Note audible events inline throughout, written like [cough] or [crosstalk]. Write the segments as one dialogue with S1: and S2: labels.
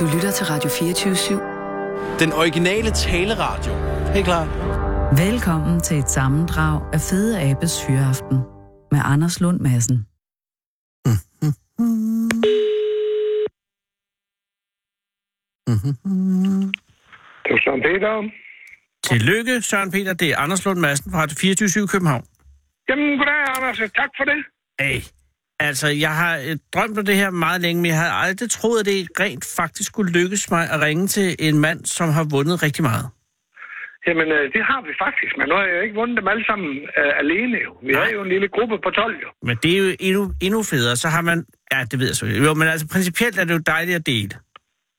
S1: Du lytter til Radio 24-7.
S2: Den originale taleradio. Er I klar?
S1: Velkommen til et sammendrag af Fede Abes Hyreaften med Anders Lund Madsen.
S3: Det var Søren Peter.
S4: Tillykke, Søren Peter. Det er Anders Lund Madsen fra Radio 24 København.
S3: Jamen, goddag, Anders. Tak for det.
S4: Hey. Altså, jeg har øh, drømt om det her meget længe, men jeg havde aldrig troet, at det rent faktisk skulle lykkes mig at ringe til en mand, som har vundet rigtig meget.
S3: Jamen, øh, det har vi faktisk, men nu har jeg jo ikke vundet dem alle sammen øh, alene. Jo. Vi har jo en lille gruppe på 12, jo.
S4: Men det er jo endnu, endnu federe. Så har man... Ja, det ved jeg så ikke. Jo, men altså, principielt er det jo dejligt at dele.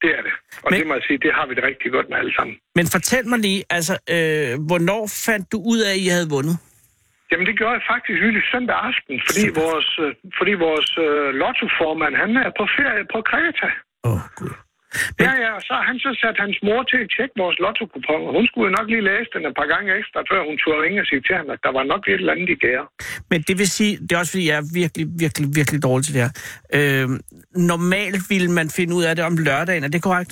S3: Det er det. Og
S4: Men-
S3: men... det må jeg sige, det har vi det rigtig godt med alle sammen.
S4: Men fortæl mig lige, altså, øh, hvornår fandt du ud af, at I havde vundet?
S3: Jamen, det gjorde jeg faktisk hyldigt søndag aften, fordi vores, øh, fordi vores øh, lottoformand, han er på ferie på Kreta.
S4: Åh, oh, gud.
S3: Ja, ja, og så har han så sat hans mor til at tjekke vores lottokupon, og hun skulle jo nok lige læse den et par gange ekstra, før hun turde ringe og sige til ham, at der var nok et eller andet i gære.
S4: Men det vil sige, det er også fordi, jeg er virkelig, virkelig, virkelig dårlig til det her. Øh, normalt ville man finde ud af det om lørdagen, er det korrekt?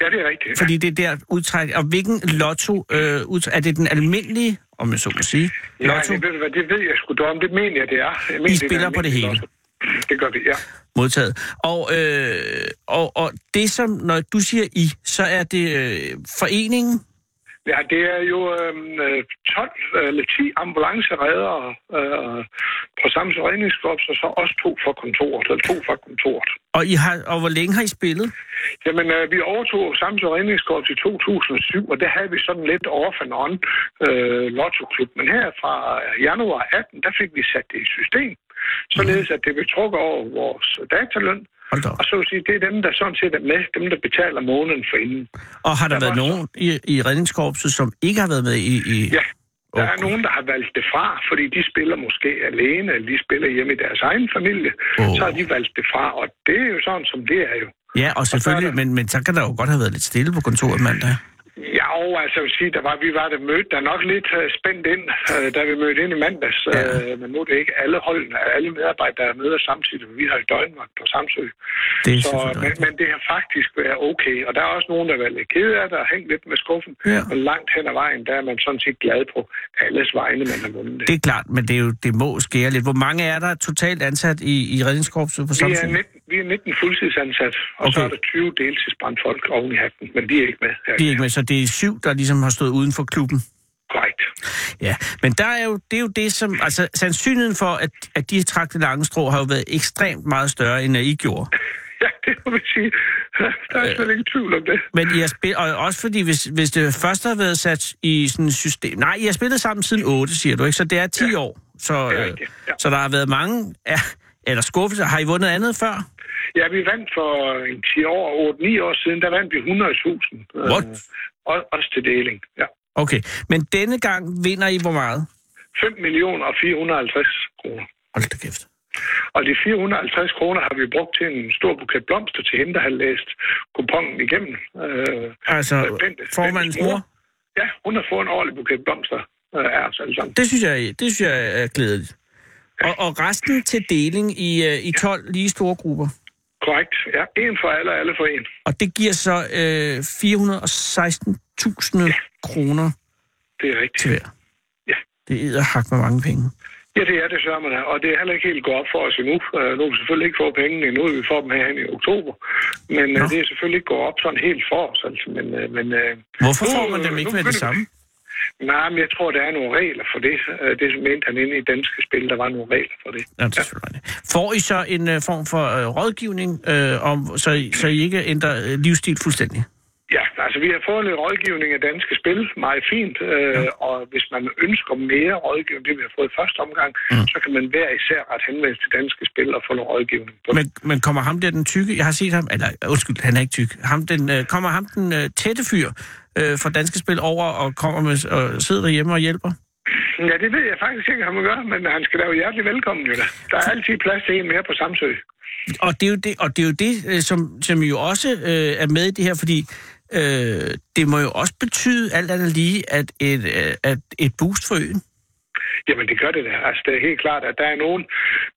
S3: Ja, det er rigtigt.
S4: Fordi det er der udtræk. Og hvilken lotto, øh, udtræk, er det den almindelige, om jeg så må sige,
S3: Ja,
S4: lotto
S3: det ved, du hvad, det ved jeg sgu da om. Det mener jeg, det er. Jeg mener,
S4: I
S3: det er
S4: spiller på det hele?
S3: almindeligt også. Det gør vi, ja.
S4: modtaget? Og, øh, og, og det som, når du siger I, så er det øh, foreningen?
S3: Ja, det er jo øhm, øh, 12 øh, eller 10 ambulanceredere øh, på samme redningskorps, og så også to fra kontoret, eller to fra kontoret.
S4: Og, I har, og hvor længe har I spillet?
S3: Jamen, øh, vi overtog samme redningskorps i 2007, og der havde vi sådan lidt off and on øh, lottoklub. Men her fra øh, januar 18, der fik vi sat det i system, således at det blev trukket over vores dataløn,
S4: Hold da op.
S3: Og så vil sige, det er dem, der sådan set er med, dem, der betaler måneden for inden.
S4: Og har der,
S3: Der
S4: været
S3: var-
S4: nogen i, i redningskorpset, som ikke har været med i... i...
S3: Ja, der er
S4: Okay.
S3: nogen, der har valgt det fra, fordi de spiller måske alene, eller de spiller hjemme i deres egen familie.
S4: Åh.
S3: Så har de valgt det fra, og det er jo sådan, som det er jo.
S4: ja og selvfølgelig,
S3: der-
S4: men, men så kan der jo godt have været lidt stille på kontoret mandag.
S3: Ja, og altså, jeg vil sige, der var, vi var der mødt, der nok lidt uh, spændt ind, uh, da vi mødte ind i mandags.
S4: Ja.
S3: Ja. Uh, men nu er det ikke alle holdene, alle medarbejdere, der møder samtidig, for vi har jo døgnvagt på Samsø.
S4: Det er
S3: Så,
S4: selvfølgelig
S3: men,
S4: rigtigt.
S3: men det har faktisk været okay, og der er også nogen, der har været lidt ked af det og hængt lidt med skuffen,
S4: Ja.
S3: ja. og langt hen ad vejen, der er man sådan set glad på alles vegne, man har vundet det.
S4: Det er klart, men det, er jo, det må skære lidt. Hvor mange er der totalt ansat i, i redningskorpset på
S3: Vi
S4: samme
S3: er, 19, vi er 19 fuldtidsansat, og okay. så
S4: Okay.
S3: er der 20 deltidsbrandfolk oven i hatten, men de er ikke med. Her.
S4: De er ikke med, så det er syv, der ligesom har stået uden for klubben.
S3: Korrekt. [laughs]
S4: Ja, men der er jo, det er jo det, som... Altså, sandsynligheden for, at, at de trak det lange strå, har jo været ekstremt meget større, end at I gjorde.
S3: Ja, det må vi sige. Der
S4: Øh.
S3: er slet ingen tvivl om det.
S4: Men I har spillet... Og også fordi, hvis, hvis det først har været sat i sådan et system... Nej, I har spillet sammen siden 8, siger du, ikke? Så det er 10 ja. år. Så,
S3: Det er
S4: øh,
S3: rigtigt, ja.
S4: så der har været mange... Ja, eller skuffelser. Har I vundet andet før?
S3: Ja, vi vandt for en 10 år, 8-9 år siden, der vandt vi 100.000. øh,
S4: What?
S3: og- Også til deling, ja.
S4: Okay, men denne gang vinder I hvor meget?
S3: 5 millioner og 450 kroner.
S4: Hold da kæft.
S3: Og de 450 kroner har vi brugt til en stor buket blomster til hende, der har læst kupongen igennem. Øh,
S4: Altså,
S3: Øh, Bente-
S4: formandens
S3: Bentes mor.
S4: mor?
S3: ja, hun har fået en ordentlig buket blomster øh, af os alle sammen.
S4: Det synes jeg, det synes jeg er glædeligt. Og, og resten til deling i, øh, i 12 lige store grupper.
S3: Korrekt. Ja, en for alle og alle for en.
S4: Og det giver så øh, 416.000 kroner
S3: Det er rigtigt.
S4: til hver.
S3: Ja.
S4: Det er hak med mange penge.
S3: Ja, det er det sørme da. Og det er heller ikke helt gået op for os endnu. Øh, Nu har vi selvfølgelig ikke fået pengene endnu. Vi får dem herhen i oktober. Men øh,
S4: Nå.
S3: det er selvfølgelig ikke gået op sådan helt for os. Altså. Men, øh, men, øh,
S4: Hvorfor
S3: nu,
S4: får man
S3: øh,
S4: dem ikke
S3: nu
S4: med det
S3: begynder vi-
S4: samme?
S3: Nej, men jeg tror, der er nogle regler for det. Øh, Det som mente han inde i danske spil, der var nogle regler for det.
S4: Ja, det er selvfølgelig rigtigt. Får I så en øh, form for øh, rådgivning, øh, om, så, I- så I ikke ændrer øh, livsstil fuldstændig?
S3: Ja, altså vi har fået lidt rådgivning af danske spil, meget fint, øh, og hvis man ønsker mere rådgivning, det vi har fået i første omgang, mm. så kan man hver især ret henvendelse til danske spil og få noget rådgivning på det.
S4: Men, men kommer ham der, den tykke, jeg har set ham, eller undskyld, han er ikke tyk, ham den, øh, kommer ham den øh, tætte fyr øh, fra Danske Spil over og kommer med, og sidder derhjemme og hjælper?
S3: Ja, det ved jeg faktisk ikke, han må gøre, men han skal da jo hjertelig velkommen, jo da. Der er altid plads til en mere på Samsø.
S4: Og det er jo det, og det, er jo det øh, som, som jo også øh, er med i det her, fordi øh, det må jo også betyde alt andet lige, at et, øh, at et boost for øen.
S3: Jamen, det gør det da. Altså, det er helt klart, at der er nogen,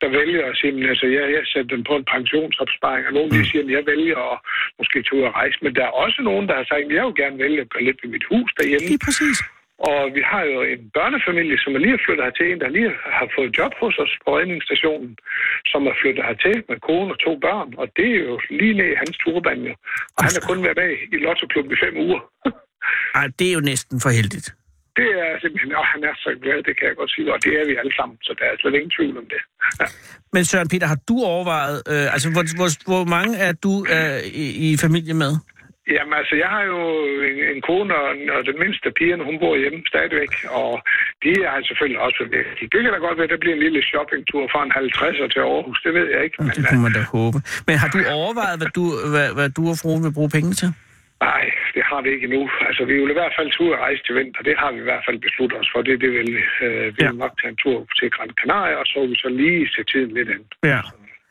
S3: der vælger at sige, men, altså, jeg, jeg sætter dem på en pensionsopsparing, og nogen, der siger, at jeg vælger at måske tage ud og rejse. Men der er også nogen, der har sagt, at jeg vil gerne vælge at gøre lidt ved mit hus derhjemme.
S4: Lige præcis.
S3: Og vi har jo en børnefamilie, som er lige er flyttet hertil, en der lige har fået job hos os på redningsstationen, som er flyttet hertil med kone og to børn, og det er jo lige ned i hans turband jo. Og han har kun været med i Lottoklubben i fem uger. [laughs]
S4: Ej, det er jo næsten for heldigt.
S3: Det er simpelthen, og han er så glad, det kan jeg godt sige, og det er vi alle sammen, så der er slet ingen tvivl om det. Ja.
S4: Men Søren Peter, har du overvejet, øh, altså hvor, hvor, hvor mange er du øh, i, i familie med?
S3: Jamen altså, jeg har jo en, en kone, og, og den mindste pige, hun bor hjemme stadigvæk, og de har selvfølgelig også væk. Det kan da godt være, at der bliver en lille shoppingtur fra en 50'er til Aarhus, det ved jeg ikke. Men,
S4: Det kunne man da håbe. Men har du overvejet, hvad du, hvad, hvad du og fruen vil bruge penge til?
S3: Nej, det har vi ikke endnu. Altså, vi vil i hvert fald tur og rejse til vinter. Det har vi i hvert fald besluttet os for. Det, det vil øh, vi
S4: Ja.
S3: ja. nok tage en tur til Gran Canaria, og så vil vi så lige se tiden lidt an.
S4: Ja.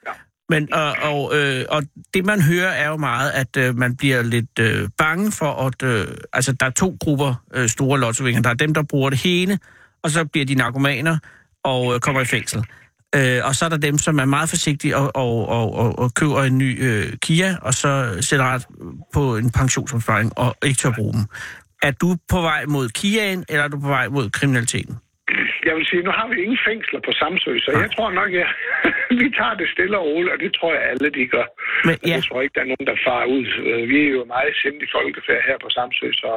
S3: Ja.
S4: Men, og, og, øh, og det man hører er jo meget, at øh, man bliver lidt øh, bange for, at øh, altså, der er to grupper øh, store lottovinger. Der er dem, der bruger det hele, og så bliver de narkomaner og øh, kommer i fængsel. Øh, og så er der dem, som er meget forsigtige og, og, og, og, og køber en ny øh, Kia, og så sætter ret på en pensionsopsparing og ikke tør bruge dem. Er du på vej mod Kiaen, eller er du på vej mod kriminaliteten?
S3: Jeg vil sige, nu har vi ingen fængsler på Samsø, så jeg [laughs] tror nok, at vi tager det stille og roligt, og det tror jeg alle, de gør.
S4: Men,
S3: Ja. Jeg tror ikke, der er nogen, der farer ud. Øh, Vi er jo meget sendt i folkefærd her på Samsø, så,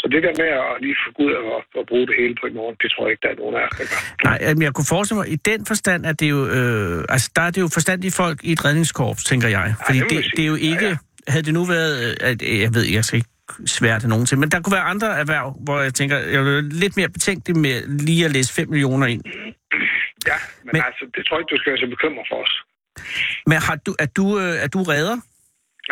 S3: så det der med at lige få ud og, og bruge det hele på i morgen, det tror jeg ikke, der er nogen af os, der gør.
S4: Nej, jamen, jeg kunne forestille mig, i den forstand, at det er jo, øh, altså, der er det jo forstandige folk i et redningskorps, tænker jeg. Fordi
S3: det må
S4: det,
S3: man sige.
S4: det, er jo ikke, ja, ja. havde det nu været, øh, at, jeg ved, jeg skal ikke svære det nogen til, men der kunne være andre erhverv, hvor jeg tænker, jeg er lidt mere betænkelig med lige at læse 5 millioner ind.
S3: Ja, men, men
S4: Men-
S3: altså, det tror jeg ikke, du skal være så bekymret for os.
S4: Men har du, er, du, øh, er du redder?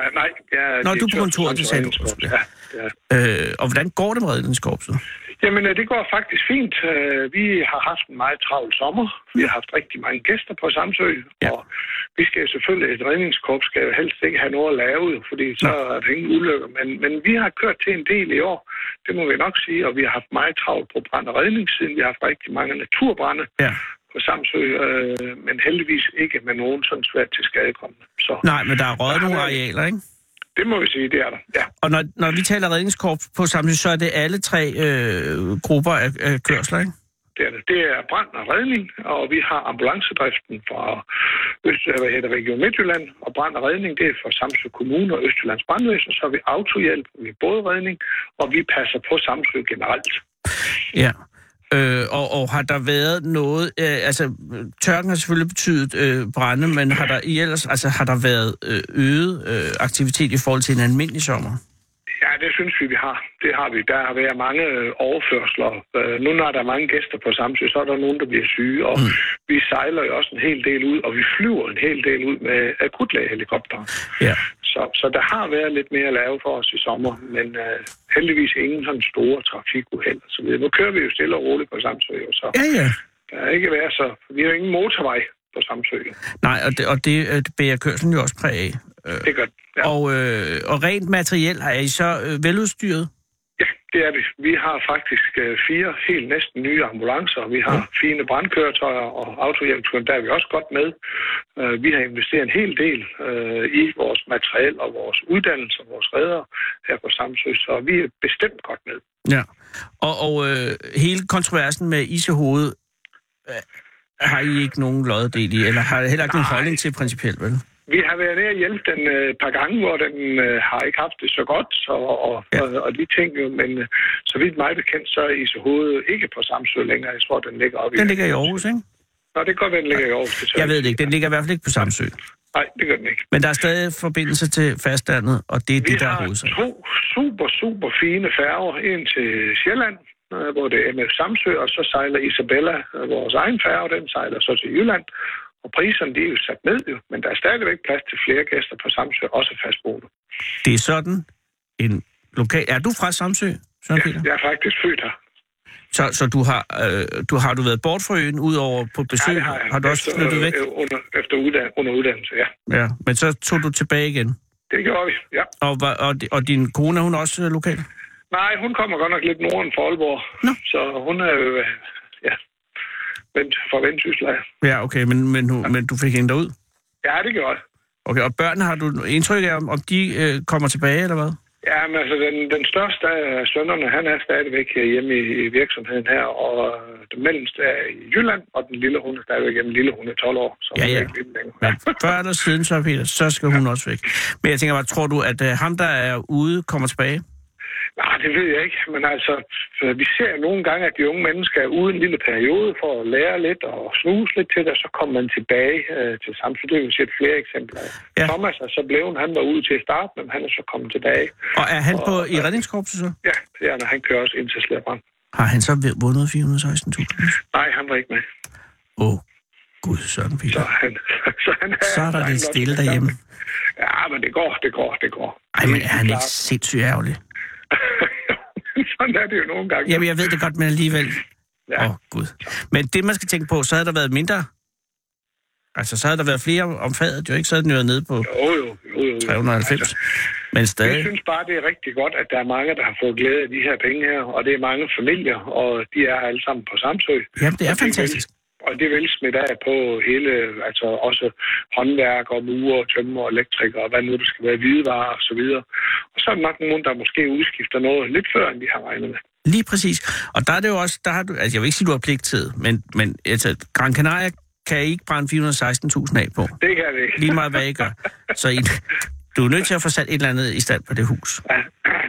S3: Nej, nej. Jeg er
S4: Nå, du er på
S3: direktør for
S4: kontoret, det sagde du.
S3: Samsø Redningskorps. Ja, ja.
S4: Øh, og hvordan går det med redningskorpset?
S3: Jamen, øh, det går faktisk fint. Øh, Vi har haft en meget travl sommer. Vi har haft rigtig mange gæster på Samsø.
S4: Ja.
S3: Ja. Og vi skal jo selvfølgelig, et redningskorps skal jo helst ikke have noget at lave, jo, fordi så er der ingen ulykker. Men, men vi har kørt til en del i år, det må vi nok sige. Og vi har haft meget travlt på brand- og redningssiden. Vi har haft rigtig mange naturbrænde
S4: Ja.
S3: på Samsø, øh, men heldigvis ikke med nogen sådan svært til skadekommende. Så
S4: Nej, men der er røget
S3: Der har
S4: nogle
S3: været-
S4: arealer, ikke?
S3: det må vi sige, det er der. Ja.
S4: Og når, når vi taler redningskorps på samtidig, så er det alle tre øh, grupper af, af kørsler, ikke?
S3: Det er, det. det er brand og redning, og vi har ambulancedriften fra Øst, hvad hedder, det, Region Midtjylland, og brand og redning, det er for Samsø Kommune og Østjyllands Brandvæsen, så har vi autohjælp, vi er bådredning, og vi passer på Samsø generelt.
S4: Ja. Øh, og, og har der været noget, øh, altså øh, tørken har selvfølgelig betydet øh, brænde, men har der i ellers, altså har der været øh, øget øh, aktivitet i forhold til en almindelig sommer?
S3: Ja, det synes vi, vi har. Det har vi. Der har været mange øh, overførsler. Øh, nu når der er mange gæster på Samsø, så er der nogen, der bliver syge, og mm. vi sejler jo også en hel del ud, og vi flyver en hel del ud med akutlægehelikopter.
S4: Ja.
S3: Så, så der har været lidt mere at lave for os i sommer, men øh, heldigvis ingen sådan store trafikuheld. og Så videre. nu kører vi jo stille og roligt på Samsø, jo, så
S4: Ja, ja.
S3: der er ikke været så... Vi har jo ingen motorvej på Samsø. jo.
S4: Nej, og det, og det, øh, det bærer kørselen jo også præg af. Øh,
S3: Det gør ja.
S4: ja. og, øh, og rent materiel, er I så øh, veludstyret?
S3: ja, det er vi. Vi har faktisk øh, fire helt næsten nye ambulancer. Vi har fine brandkøretøjer og autohjælpskunder, der er vi også godt med. Øh, vi har investeret en hel del øh, i vores materiel og vores uddannelse og vores redder her på Samsø, så vi er bestemt godt med.
S4: Ja. Og, og øh, hele kontroversen med isehovedet, øh, har I ikke nogen loddedel i, eller har I heller ikke nogen holdning til principielt, vel?
S3: Vi har været nede og hjælpe den øh, et par gange, hvor den øh, har ikke haft det så godt, og, og,
S4: Ja.
S3: ja. og, og de ting, jo, men øh, så vidt mig bekendt, så er ISO hovedet ikke på Samsø længere. Jeg tror, den ligger oppe
S4: Den ligger i Aarhus, ikke?
S3: Nå, det kan godt være, den ligger i Aarhus. Det tør
S4: Jeg ved det ikke. Den ligger i hvert fald ikke på Samsø.
S3: Nej, det gør den ikke.
S4: Men der er stadig forbindelse til fastlandet, og det er
S3: Vi
S4: det, der er
S3: har
S4: hovedsagen.
S3: to super, super fine færger ind til Sjælland, øh, hvor det er MF Samsø, og så sejler Isabella, øh, vores egen færge, den sejler så til Jylland. Og priserne, de er jo sat ned, jo, men der er stadigvæk plads til flere gæster på Samsø, også fastboende.
S4: Det er sådan en lokal... Er du fra Samsø, Søren Peter?
S3: Jeg er faktisk født her.
S4: Så, så du har, øh, du har du været bort fra øen, udover på besøg?
S3: det jeg.
S4: har du også
S3: Efter-
S4: flyttet væk?
S3: øh, Under, efter uddan- under uddannelse, ja.
S4: Ja, men så tog du tilbage igen.
S3: Det gjorde vi, ja.
S4: Og, var- og, di- og din kone, er hun også øh, lokal?
S3: Nej, hun kommer godt nok lidt norden fra Aalborg.
S4: Nå.
S3: Så hun er jo... øh, Ja. vent, fra Vendsyssel. af.
S4: Ja, okay, men, men, nu- men du fik hende derud?
S3: Ja, det gør jeg.
S4: Okay, og børnene, har du indtryk af, om, om de øh, kommer tilbage, eller hvad?
S3: Ja, men altså, den, den største af sønnerne, han er stadigvæk øh, hjemme i, i virksomheden her, og øh, den mellemste er i Jylland, og den lille, hun er stadigvæk hjemme. lille, hun er 12 år, så
S4: Ja,
S3: hun
S4: ja.
S3: er ikke hjemme længere.
S4: Men før eller siden, så, Peter, så skal hun også væk. Men jeg tænker bare, tror du, at øh, ham, der er ude, kommer tilbage?
S3: Nej, det ved jeg ikke, men altså, øh, vi ser nogle gange, at de unge mennesker er ude en lille periode for at lære lidt og snuse lidt til det, og så kommer man tilbage øh, til samfundet. Det har vi set flere eksempler af.
S4: Ja.
S3: Ja. Thomas er så blevet, han var ude til at starte, men han er så kommet tilbage.
S4: Og er han på i redningskorpset så?
S3: Ja, det er, når han kører også ind til Slæbrand.
S4: Har han så vundet 416.000?
S3: Nej, han var ikke med.
S4: Åh, oh, gud, sådan,
S3: Så
S4: Peter.
S3: han, [laughs] så, han
S4: Så er der lidt stille derhjemme.
S3: Ja, men det går, det går, det går. [laughs]
S4: Ej, men er han
S3: Det
S4: ikke
S3: klart.
S4: sindssygt ærgerlig?
S3: Sådan er det jo nogle gange.
S4: Jamen, jeg ved det godt, men alligevel. Åh,
S3: ja.
S4: ja. oh, gud. Men det, man skal tænke på, så havde der været mindre... Altså, så havde der været flere om faget, jo ikke? Så havde den jo været nede på
S3: Jo, jo, jo, jo. jo.
S4: 390. Men
S3: Jeg
S4: stadig...
S3: synes bare, det er rigtig godt, at der er mange, der har fået glæde af de her penge her, og det er mange familier, og de er alle sammen på Samsø.
S4: Jamen, det er
S3: Og vel-
S4: fantastisk.
S3: Og det er vel smidt af på hele, altså også håndværk og murer, tømmer, elektrikere, og hvad nu det skal være, hvidevarer og så videre. Og så er der nok nogen, der måske udskifter noget lidt før, end de har regnet med.
S4: Lige præcis. Og der er det jo også, der har du, altså jeg vil ikke sige, du har pligtid, men, men altså, Gran Canaria kan I ikke brænde 416.000 af på.
S3: Det kan det ikke.
S4: Lige meget hvad I gør. Så I, du er nødt til at få sat et eller andet i stand på det hus.
S3: Ja,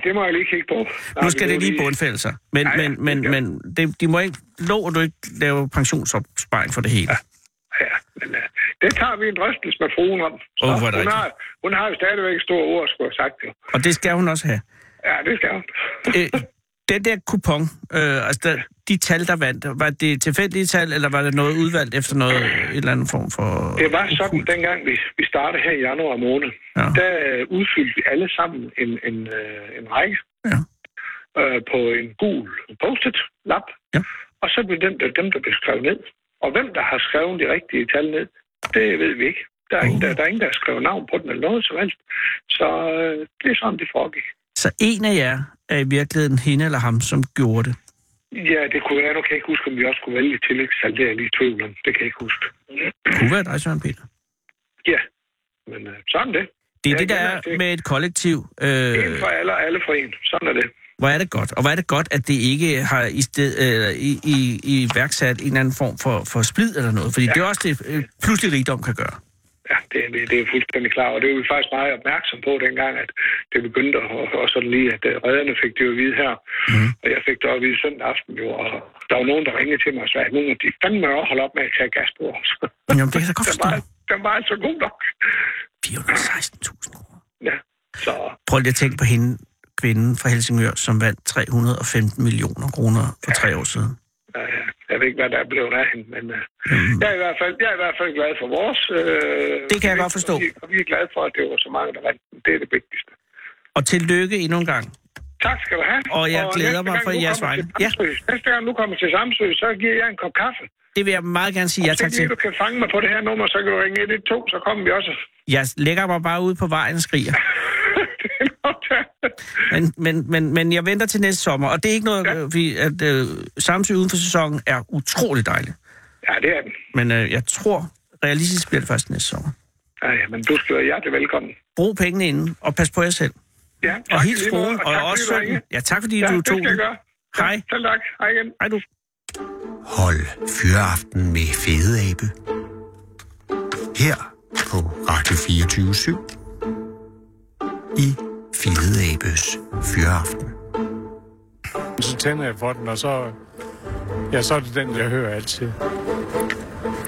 S3: det må jeg lige kigge på. Nej,
S4: Nu skal
S3: det
S4: det
S3: var
S4: lige bundfælde sig. Men,
S3: Ja, ja,
S4: men, men,
S3: ja.
S4: men det, de må ikke, lov at du ikke lave pensionsopsparing for det hele.
S3: Ja, men uh, det tager vi en drøftelse med fruen om. Så
S4: Åh, hvor er
S3: hun,
S4: det rigtigt.
S3: har, hun har jo stadigvæk et stort ord, skulle jeg have sagt jo.
S4: Og det skal hun også have.
S3: Ja, det skal hun.
S4: Øh, den der kupon, øh, altså der, de tal, der vandt, var det tilfældige tal, eller var det noget udvalgt efter noget, et eller andet form for...
S3: Det var sådan, dengang vi, vi startede her i januar måned,
S4: Ja.
S3: ja. der øh, udfyldte vi alle sammen en, en, øh, en række
S4: Ja.
S3: øh, på en gul post-it-lap.
S4: Ja.
S3: Og så blev dem, der, dem, der blev skrevet ned. Og hvem, der har skrevet de rigtige tal ned, det ved vi ikke. Der er,
S4: Oh.
S3: ingen, der, der er ingen, der har skrevet navn på den eller noget som helst. Så øh, det er sådan, det foregik.
S4: Så en af jer er i virkeligheden hende eller ham, som gjorde det.
S3: Ja, det kunne være. Nu kan jeg ikke huske, om vi også kunne vælge tillægssalg. Det er jeg lige i tvivl om. Det kan jeg ikke huske.
S4: Det kunne være dig, Søren Peter.
S3: Ja, men øh, sådan det.
S4: Det
S3: Ja,
S4: er det, der
S3: jeg
S4: er
S3: kender det.
S4: med et kollektiv.
S3: En
S4: Øh,
S3: for alle og alle for en. Sådan er det.
S4: hvor er det godt, og hvor er det godt, at det ikke har i, sted, øh, i, i, iværksat en eller anden form for, for splid eller noget. Fordi ja. det er også det, øh, pludselig rigdom kan gøre.
S3: Ja, det, er- det, det er fuldstændig klar. Og det var vi faktisk meget opmærksom på dengang, at det begyndte, og, og sådan lige, at øh, redderne fik det jo at vide her.
S4: Mhm.
S3: Mm. Og jeg fik det også at vide søndag aften jo, og der var nogen, der ringede til mig og sagde, at nu må de fandme også holde op med at tage gas på [laughs] os.
S4: Jamen, det kan jeg da godt
S3: den,
S4: forstå.
S3: var, den var altså god nok.
S4: 416.000 kroner.
S3: Ja, så
S4: Prøv lige at tænke på hende, kvinden fra Helsingør, som vandt 315 millioner kroner for tre år siden.
S3: øh, jeg ved ikke, hvad der er blevet af hende, men øh, jeg, er i hvert fald, jeg er i hvert fald glad for vores. Øh,
S4: Mhm. Det kan jeg godt forstå.
S3: Og vi, og vi er glade for, at det var så mange, der vandt. den. Det er det vigtigste.
S4: Og tillykke endnu en gang.
S3: Tak skal du have.
S4: Og jeg glæder
S3: næste
S4: mig
S3: gang,
S4: for
S3: du
S4: jeres
S3: kommer
S4: vegne.
S3: til Samsø- Næste gang du kommer til Samsø, så giver jeg en kop kaffe.
S4: Det vil jeg meget gerne sige ja
S3: Så
S4: tak
S3: lige
S4: til.
S3: du kan fange mig på det her nummer, så kan du ringe 112, så kommer vi også. [laughs]
S4: Jeg lægger mig bare ude på vejen og skriger.
S3: Det er en aftale.
S4: Men, men, men, men jeg venter til næste sommer, og det er ikke noget, ja. vi, at øh, Samsø uden for sæsonen er utrolig dejligt.
S3: ja, det er den.
S4: Men øh, jeg tror, realistisk bliver det først næste sommer.
S3: Ej, men du skal være hjertelig velkommen.
S4: Brug pengene inden, og pas på jer selv.
S3: Ja,
S4: Og
S3: tak
S4: helt
S3: i lige måde,
S4: skolen, og,
S3: tak,
S4: og også
S3: fordi du
S4: sønnen.
S3: ringede.
S4: Ja, tak fordi
S3: Ja,
S4: du
S3: det
S4: tog
S3: skal jeg
S4: den.
S3: gøre.
S4: Hej.
S3: Ja, selv tak. Hej igen.
S4: Hej du.
S5: Hold Fyraften med Fede Abe. Her på Radio 24 I Fede Abes Fyraften.
S6: Så tænder jeg for den, og så, ja, så er det den, jeg hører altid.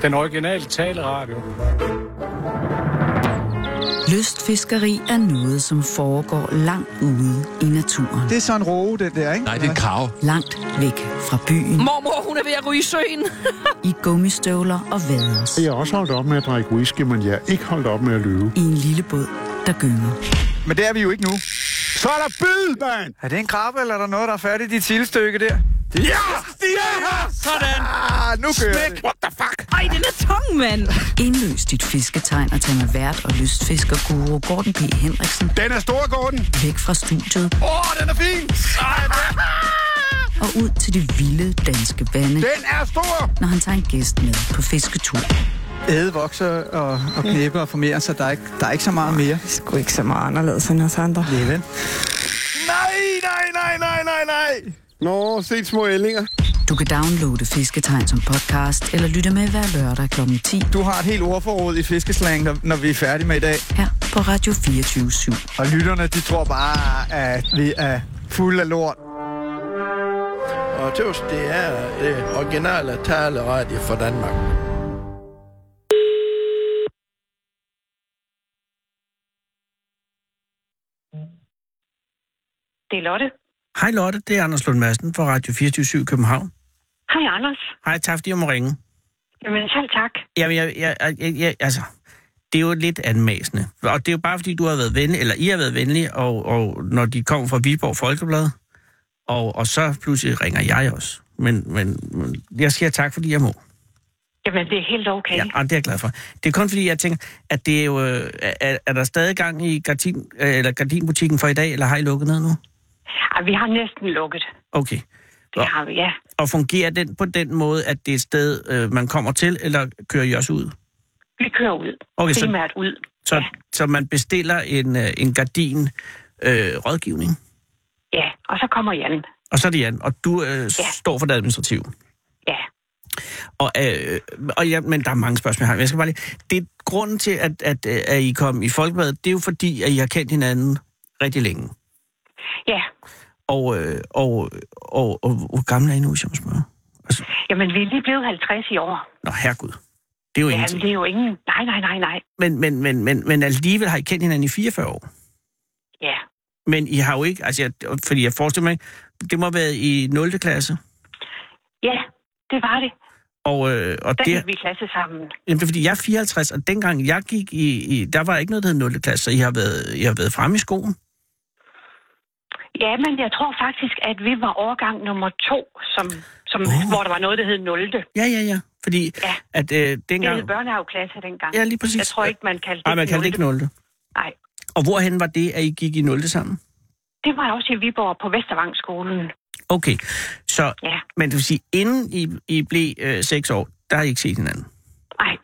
S6: Den originale taleradio.
S1: Lystfiskeri er noget, som foregår langt ude i naturen.
S7: Det er så en roe, det der, ikke?
S8: Nej, det er et krav.
S1: Langt væk fra byen.
S9: Mormor, hun er ved at ryge i søen.
S1: I gummistøvler og vaders.
S10: Jeg er også holdt op med at drikke whisky, men jeg er ikke holdt op med at løbe.
S1: I en lille båd, der gynger.
S7: Men det er vi jo ikke nu.
S10: Så er der bid, mand!
S7: Er det en krabbe, eller er der noget, der er fat i dit tilstykke der?
S4: Sådan.
S7: Ah, nu kører Smæk. det.
S9: Ej, den er tung, mand.
S1: Indløs dit fisketegn og tag med vært og lystfiskerguru Gordon P. Henriksen
S10: Den er stor, Gordon!
S1: væk fra studiet
S10: Åh, oh, den er fin! Ej,
S1: og ud til de vilde danske vande,
S10: Den er stor!
S1: når han tager en gæst med på fisketur.
S7: Æde vokser og, og knæppe og formerer sig. Der er, ikke, der er ikke så meget mere.
S8: Sgu ikke så meget anderledes end os andre.
S7: Det er vel.
S10: Nej, nej, nej, nej, nej, nej! Nå, se de små ællinger.
S1: Du kan downloade Fisketegn som podcast eller lytte med hver lørdag kl. 10
S7: Du har et helt ordforråd i fiskeslang, når, når vi er færdige med i dag.
S1: her på Radio 24 7.
S7: Og lytterne, de tror bare, at vi er fuld af lort.
S11: Og tøs, det er det originale taleradio for Danmark.
S12: Det er Lotte.
S4: Hej Lotte, det er Anders Lund Madsen fra Radio 24 København.
S12: Hej, Anders.
S4: Hej, tak fordi jeg må ringe.
S12: Jamen, selv tak.
S4: Jamen, jeg, jeg, jeg, jeg, jeg, altså, det er jo lidt anmasende. Og det er jo bare, fordi du har været venlig, eller I har været venlige, og, og når de kom fra Viborg Folkeblad, og, og så pludselig ringer jeg også. Men, men, men jeg siger tak, fordi jeg må.
S12: Jamen, det er helt okay.
S4: Ja, og det er jeg glad for. Det er kun fordi, jeg tænker, at det er jo... øh, Er, er der stadig gang i gardin, øh, eller gardinbutikken for i dag, eller har I lukket ned nu?
S12: Ej, vi har næsten lukket.
S4: Okay.
S12: Det har vi, ja.
S4: Og fungerer den på den måde, at det er et sted, øh, man kommer til, eller kører I også ud?
S12: Vi kører ud.
S4: Okay, så-
S12: Primært ud.
S4: Så, ja. så man bestiller en, øh, en gardin øh, rådgivning,
S12: Ja, og så kommer Jan.
S4: og så er det Jan, og du øh, ja. står for det administrative.
S12: Ja.
S4: Og, øh, og ja, men der er mange spørgsmål her. Jeg skal bare lige... Det er grunden til, at, at, øh, at I kom i Folkebladet, det er jo fordi, at I har kendt hinanden rigtig længe.
S12: Ja.
S4: Og, øh, og, og, og, hvor gammel er I nu, hvis jeg må spørge? Altså-
S12: Jamen, vi er lige blevet 50 i år.
S4: Nå, herregud. Det er jo ja,
S12: Jamen,
S4: ingenting.
S12: det er jo ingen... Nej, nej, nej, nej.
S4: Men, men, men, men, men alligevel har I kendt hinanden i 44 år.
S12: Ja.
S4: Men I har jo ikke, altså, jeg, fordi jeg forestiller mig, det må have været i 0. klasse.
S12: Ja, det var det.
S4: Og, øh, og
S12: Der
S4: det,
S12: gik vi i klasse sammen.
S4: jamen, det er fordi, jeg er 54, og dengang jeg gik i, i der var ikke noget, der hed 0. klasse, så I har været, I har været fremme i skoen.
S12: Ja, men jeg tror faktisk, at vi var årgang nummer to, som, som, uh. hvor der var noget, der hed 0.
S4: Ja, ja, ja. Fordi ja. at øh,
S12: Det hed
S4: dengang...
S12: børnehaveklasse dengang.
S4: Ja, lige præcis.
S12: Jeg tror ikke, man kaldte
S4: Nej, man kaldte det
S12: det
S4: ikke 0.
S12: Nej.
S4: Og hvorhen var det, at I gik i 0. sammen?
S12: Det var også i Viborg på Vestervangsskolen.
S4: Okay, så...
S12: Ja.
S4: Men det vil sige, inden I, I blev øh, 6 år, der har I ikke set hinanden?
S12: Nej.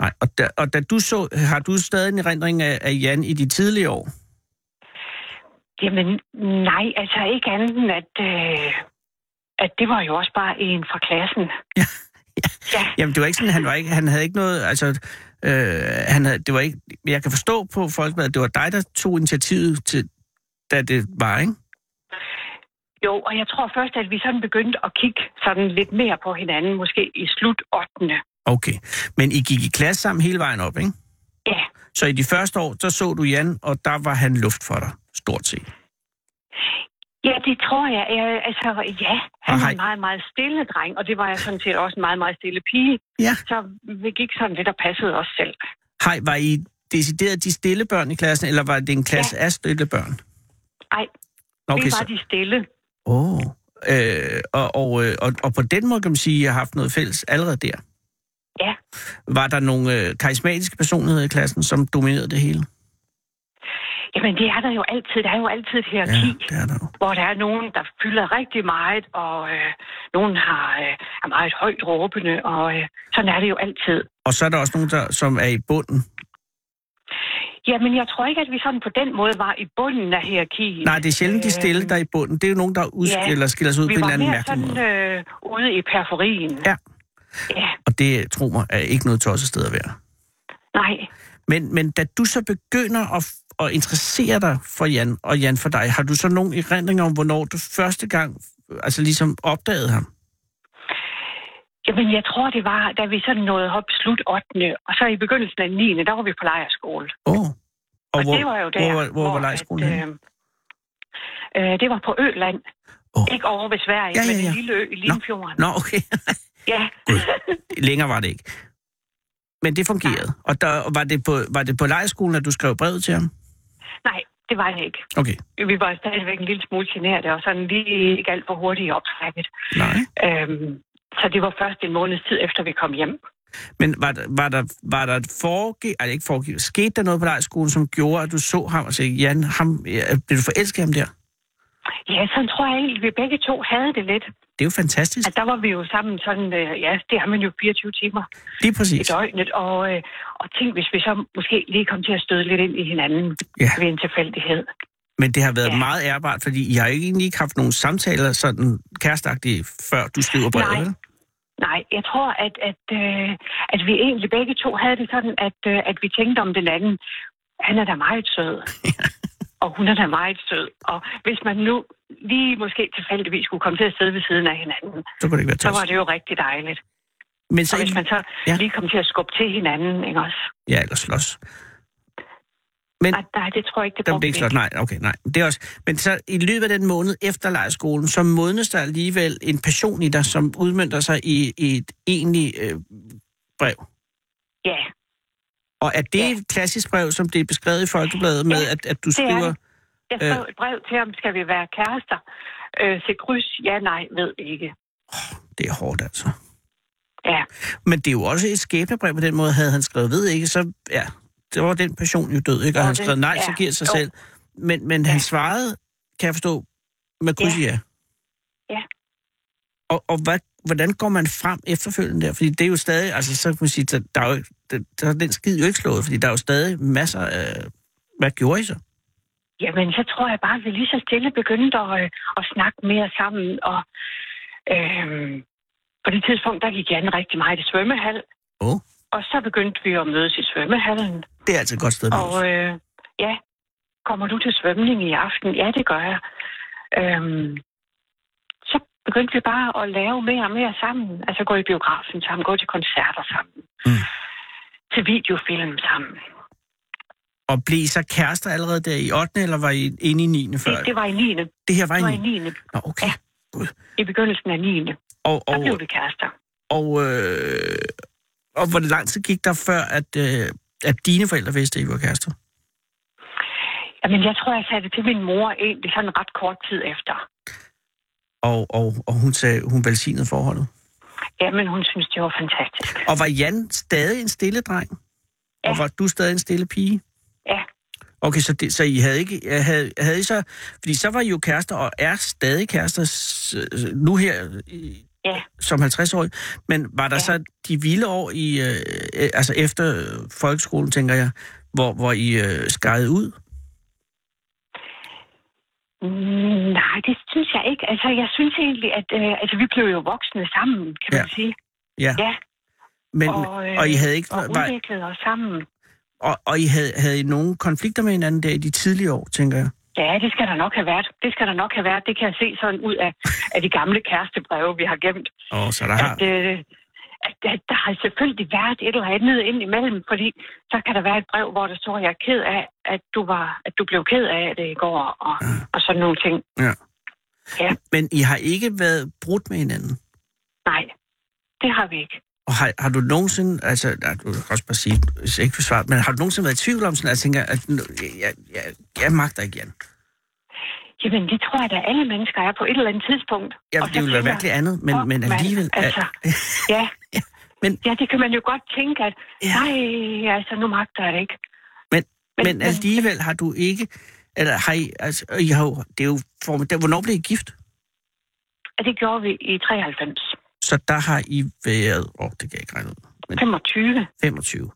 S4: Nej, og da, og da du så... Har du stadig en erindring af, af Jan i de tidlige år?
S12: Jamen, nej, altså ikke andet end, at, øh, at det var jo også bare en fra
S4: [laughs]
S12: klassen.
S4: Jamen, det var ikke sådan, han, var ikke, han havde ikke noget... Altså, øh, han havde, det var ikke, jeg kan forstå på Folkebladet, at det var dig, der tog initiativet til, da det var, ikke?
S12: Jo, og jeg tror først, at vi sådan begyndte at kigge sådan lidt mere på hinanden, måske i slut 8.
S4: Okay. Men I gik i klasse sammen hele vejen op, ikke?
S12: Ja.
S4: Så i de første år, så så du Jan, og der var han luft for dig, stort set.
S12: Ja, det tror jeg. jeg altså, ja, han
S4: Og
S12: var
S4: hej.
S12: en meget, meget stille dreng, og det var jeg sådan set også en meget, meget stille pige.
S4: Ja.
S12: Så vi gik sådan lidt og passede os selv.
S4: Hej, var I decideret de stille børn i klassen, eller var det en klasse ja. af stille børn?
S12: Nej,
S4: Okay,
S12: vi var
S4: så-
S12: de stille.
S4: Åh. Oh. Øh, og, og, øh, og, og på den måde kan man sige, at I har haft noget fælles allerede der.
S12: Ja.
S4: Var der nogle øh, karismatiske personligheder i klassen, som dominerede det hele?
S12: Jamen, det er der jo altid. Der er jo altid et hierarki, ja,
S4: det er der.
S12: hvor der er nogen, der fylder rigtig meget, og øh, nogen har, øh, er meget højt råbende, og øh, sådan er det jo altid.
S4: Og så er der også nogen, der, som er i bunden.
S12: Jamen, jeg tror ikke, at vi sådan på den måde var i bunden af hierarkiet.
S4: Nej, det er sjældent de stille, der er i bunden. Det er jo nogen, der udsk- ja. eller skiller sig ud
S12: Øh. vi
S4: på en
S12: var
S4: eller anden
S12: mere
S4: mærkelig måde.
S12: sådan, øh, ude i periferien.
S4: Ja.
S12: Ja,
S4: Og det, tro mig, er ikke noget tosset sted at være.
S12: nej.
S4: Men, men da du så begynder at, f- at interessere dig for Jan, og Jan for dig, har du så nogle erindringer om, hvornår du første gang øh, altså ligesom opdagede ham?
S12: Jamen, jeg tror, det var, da vi sådan nåede op slut 8. Og så i begyndelsen af 9. der var vi på lejerskole.
S4: Åh. Oh. Og,
S12: Og det var jo der,
S4: hvor, hvor, hvor var lejeskolen
S12: at,
S4: henne?
S12: Øh, det var på Øland. Oh. Ikke over ved Sverige,
S4: Ja,
S12: ja,
S4: ja,
S12: ja, men
S4: ja.
S12: en lille ø i Limfjorden.
S4: Nå, okay.
S12: [laughs] Ja,
S4: Længere var det ikke. Men det fungerede. Og der, og var, det på, var det på lejeskolen, at du skrev brevet til ham?
S12: nej, det var det ikke.
S4: Okay.
S12: Vi var stadigvæk en lille smule generet, og sådan lige ikke alt for hurtigt i optrækket.
S4: Nej.
S12: Øhm, så det var først en måneds tid, efter vi kom hjem.
S4: Men var, der- var der, var der et forgiv... Altså ikke forgiv... Skete der noget på lejeskolen, som gjorde, at du så ham og sagde, Jan, ham, ja, blev du forelsket i ham der?
S12: Ja, sådan tror jeg egentlig, vi begge to havde det lidt.
S4: Det er jo fantastisk.
S12: At der var vi jo sammen sådan, øh, ja, det har man jo 24 timer
S4: Lige præcis.
S12: i døgnet. Og, øh, og tænk, hvis vi så måske lige kom til at støde lidt ind i hinanden
S4: Ja.
S12: ved en tilfældighed.
S4: Men det har været ja. meget ærbart, fordi jeg har ikke egentlig ikke haft nogen samtaler sådan kærestagtige, før du skriver brevet.
S12: Nej.
S4: vel?
S12: Nej, jeg tror, at, at, øh, at vi egentlig begge to havde det sådan, at, øh, at vi tænkte om den anden, han er da meget sød, og hun er da meget sød. Og hvis man nu lige måske tilfældigvis skulle komme til at sidde ved siden af hinanden,
S4: Så kunne det ikke være
S12: så
S4: tosset.
S12: var det jo rigtig dejligt.
S4: Men så
S12: og hvis man så ja. lige kom til at skubbe til hinanden, mm, ikke også?
S4: Ja, eller slås. Men
S12: at, nej, det tror jeg ikke, det
S4: Der
S12: brugte
S4: blev ikke
S12: vi
S4: slås. Nej, okay, nej. Det er også... Men så i løbet af den måned efter lejeskolen, så modnes der alligevel en passion i dig, som udmyndter sig i, i et egentligt øh, brev.
S12: Ja,
S4: Og er det ja. et klassisk brev, som det er beskrevet i Folkebladet med, at, at du
S12: det er
S4: skriver...
S12: det. Jeg skrev et brev til ham, skal vi være kærester? Øh, se kryds, ja, nej, ved ikke.
S4: Det er hårdt, altså.
S12: Ja.
S4: Men det er jo også et skæbnebrev på den måde, havde han skrevet ved, ikke? Så ja, det var den passion jo død, ikke? Og
S12: Og
S4: han
S12: det-
S4: skrev nej,
S12: ja,
S4: så giver det sig
S12: jo.
S4: selv. Men, men han svarede, kan jeg forstå, med kryds i ja.
S12: Ja.
S4: Og, og hvad, hvordan går man frem efterfølgende der? Fordi det er jo stadig, altså så kan man sige, så der er jo, der, der er den skid jo ikke slået, fordi der er jo stadig masser af... Hvad gjorde I så?
S12: Jamen, så tror jeg bare, at vi lige så stille begyndte at, øh, at snakke mere sammen. Og øh, på det tidspunkt, der gik Jan rigtig meget i svømmehal.
S4: Åh.
S12: Og så begyndte vi at mødes i svømmehallen.
S4: Det er altså et godt sted at
S12: Og øh, ja, kommer du til svømning i aften? Ja, det gør jeg. Øhm, så begyndte vi bare at lave mere og mere sammen. Altså gå i biografen sammen, gå til koncerter sammen.
S4: Mm.
S12: Til videofilm sammen.
S4: Og blev I så kærester allerede der i 8. eller var I inde i 9. før?
S12: Det, det var i 9.
S4: Det her var i
S12: det var i
S4: 9.
S12: 9.
S4: Nå, okay.
S12: I begyndelsen af 9.
S4: Og,
S12: Der
S4: og,
S12: blev vi kærester.
S4: og, øh, og hvor lang tid gik der før, at, øh, at dine forældre vidste, at I var kærester?
S12: Jamen, jeg tror, jeg sagde det til min mor egentlig sådan ret kort tid efter.
S4: Og, og, og hun sagde, hun velsignede forholdet.
S12: Jamen, hun synes, det var fantastisk.
S4: Og var Jan stadig en stille dreng? Ja. Og var du stadig en stille pige?
S12: Ja.
S4: Okay, så, det, så I havde ikke... ja, Havde, havde I så, fordi så var I jo kærester, og er stadig kærester s- s- nu her i,
S12: ja.
S4: som 50-årig. Men var der ja. så de vilde år i... Øh, øh, altså efter øh, folkeskolen, tænker jeg, hvor, hvor I øh, skejede ud?
S12: Mm, nej, det synes jeg ikke. Altså, jeg synes egentlig, at øh, altså, vi blev jo voksne sammen, kan man sige.
S4: Ja.
S12: Ja.
S4: Men,
S12: og, øh,
S4: og I havde ikke...
S12: Og
S4: var,
S12: udviklede os sammen.
S4: Og, og I havde, havde I nogle konflikter med hinanden der i de tidlige år, tænker jeg?
S12: Ja, det skal der nok have været. Det skal der nok have været. Det kan jeg se sådan ud af, af de gamle kærestebreve, vi har gemt.
S4: Og så der har...
S12: At, øh, at, at der har selvfølgelig været et eller andet ind imellem, fordi så kan der være et brev, hvor der står, at jeg er ked af, at du, var, at du blev ked af det i går, og, ja. og sådan nogle ting.
S4: Ja.
S12: Ja,
S4: Men I har ikke været brudt med hinanden?
S12: nej, det har vi ikke.
S4: Og har, har du nogensinde, altså, nej, du kan også bare sige, hvis jeg ikke vil svare, men har du nogensinde været i tvivl om sådan, at jeg tænker, at nu- jeg, jeg, jeg magter ikke igen?
S12: Jamen, det tror jeg, at alle mennesker er på et eller andet tidspunkt.
S4: Ja,
S12: Og
S4: det
S12: så
S4: ville være
S12: tænker,
S4: virkelig andet, men-
S12: "Åh,
S4: men
S12: mand,
S4: alligevel er-
S12: Altså,
S4: [laughs]
S12: ja.
S4: Men,
S12: ja, det kan man jo godt tænke, at nej, altså, nu magter jeg det ikke.
S4: Men, men, men
S12: men-
S4: alligevel har du ikke, eller har I, altså, I har jo, det er jo, formidabelt. hvornår blev I gift?
S12: Og det gjorde vi i 93.
S4: Så der har I været, åh, oh, det kan jeg ikke regne ud. Men,
S12: 25.
S4: 25.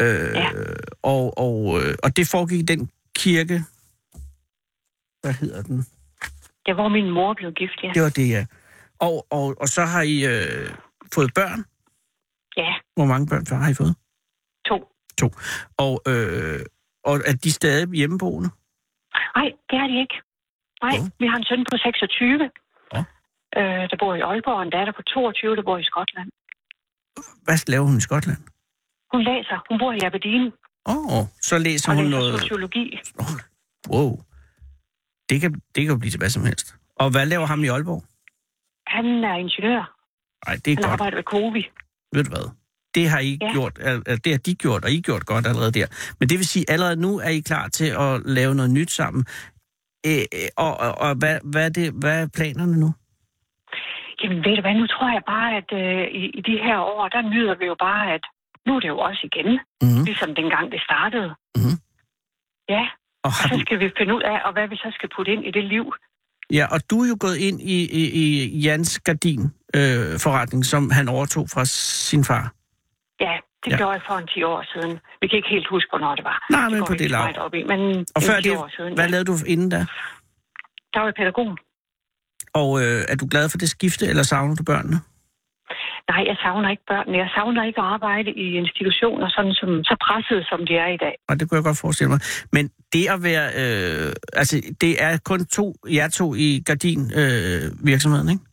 S4: Øh, ja. og, og, øh, og det foregik i den kirke, hvad hedder den?
S12: Det var, min mor blev gift, ja.
S4: Det var det, ja. Og, og, og så har I øh, fået børn.
S12: Ja,
S4: Hvor mange børn før har I fået?
S12: to.
S4: To. Og, øh, og er de stadig hjemmeboende?
S12: Nej, det er de ikke. Nej, vi har en søn på 26, øh, der bor i Aalborg, og en datter på 22, der bor i Skotland.
S4: Hvad laver hun i Skotland?
S12: Hun læser. Hun bor i Aberdeen
S4: Åh, oh, så læser
S12: og
S4: hun
S12: læser
S4: noget...
S12: sociologi.
S4: Wow. Det kan, det kan jo blive til hvad som helst. Og hvad laver ham i Aalborg?
S12: Han er ingeniør.
S4: Nej, det er
S12: Han
S4: godt.
S12: arbejder ved Covi.
S4: Ved du hvad? Det har I
S12: Ja.
S4: ja. gjort, al- al- det har de gjort, og I gjort godt allerede der. Men det vil sige, allerede nu er I klar til at lave noget nyt sammen. Øh, øh, og og, og hvad, hvad, er det, hvad er planerne nu?
S12: Jamen ved du hvad, nu tror jeg bare, at øh, i, i de her år, der nyder vi jo bare, at nu er det jo os igen.
S4: Mhm.
S12: Ligesom dengang det startede. Ja,
S4: Og
S12: og
S4: har
S12: så
S4: du,
S12: [laughs] skal vi finde ud af, og hvad vi så skal putte ind i det liv,
S4: Ja, og du er jo gået ind i, i, i Jans Gardin-forretning, som han overtog fra sin far.
S12: Ja,
S4: Ja.
S12: det ja. gjorde jeg for en 10 år siden. Vi kan ikke helt huske, hvornår det var.
S4: Nej, men
S12: går
S4: på
S12: vi
S4: det
S12: ikke så
S4: lav.
S12: meget op i, men
S4: Og
S12: en
S4: før
S12: 10
S4: det,
S12: år siden,
S4: hvad
S12: ja.
S4: lavede du inden da?
S12: der var jeg pædagog.
S4: Og øh, er du glad for det skifte, eller savner du børnene?
S12: Nej, jeg savner ikke børnene. Jeg savner ikke at arbejde i institutioner, sådan som, så presset som de er i dag.
S4: Og det kunne jeg godt forestille mig. Men det at være... Øh, altså, det er kun to, jer to i Gardin-virksomheden, øh, virksomheden, ikke?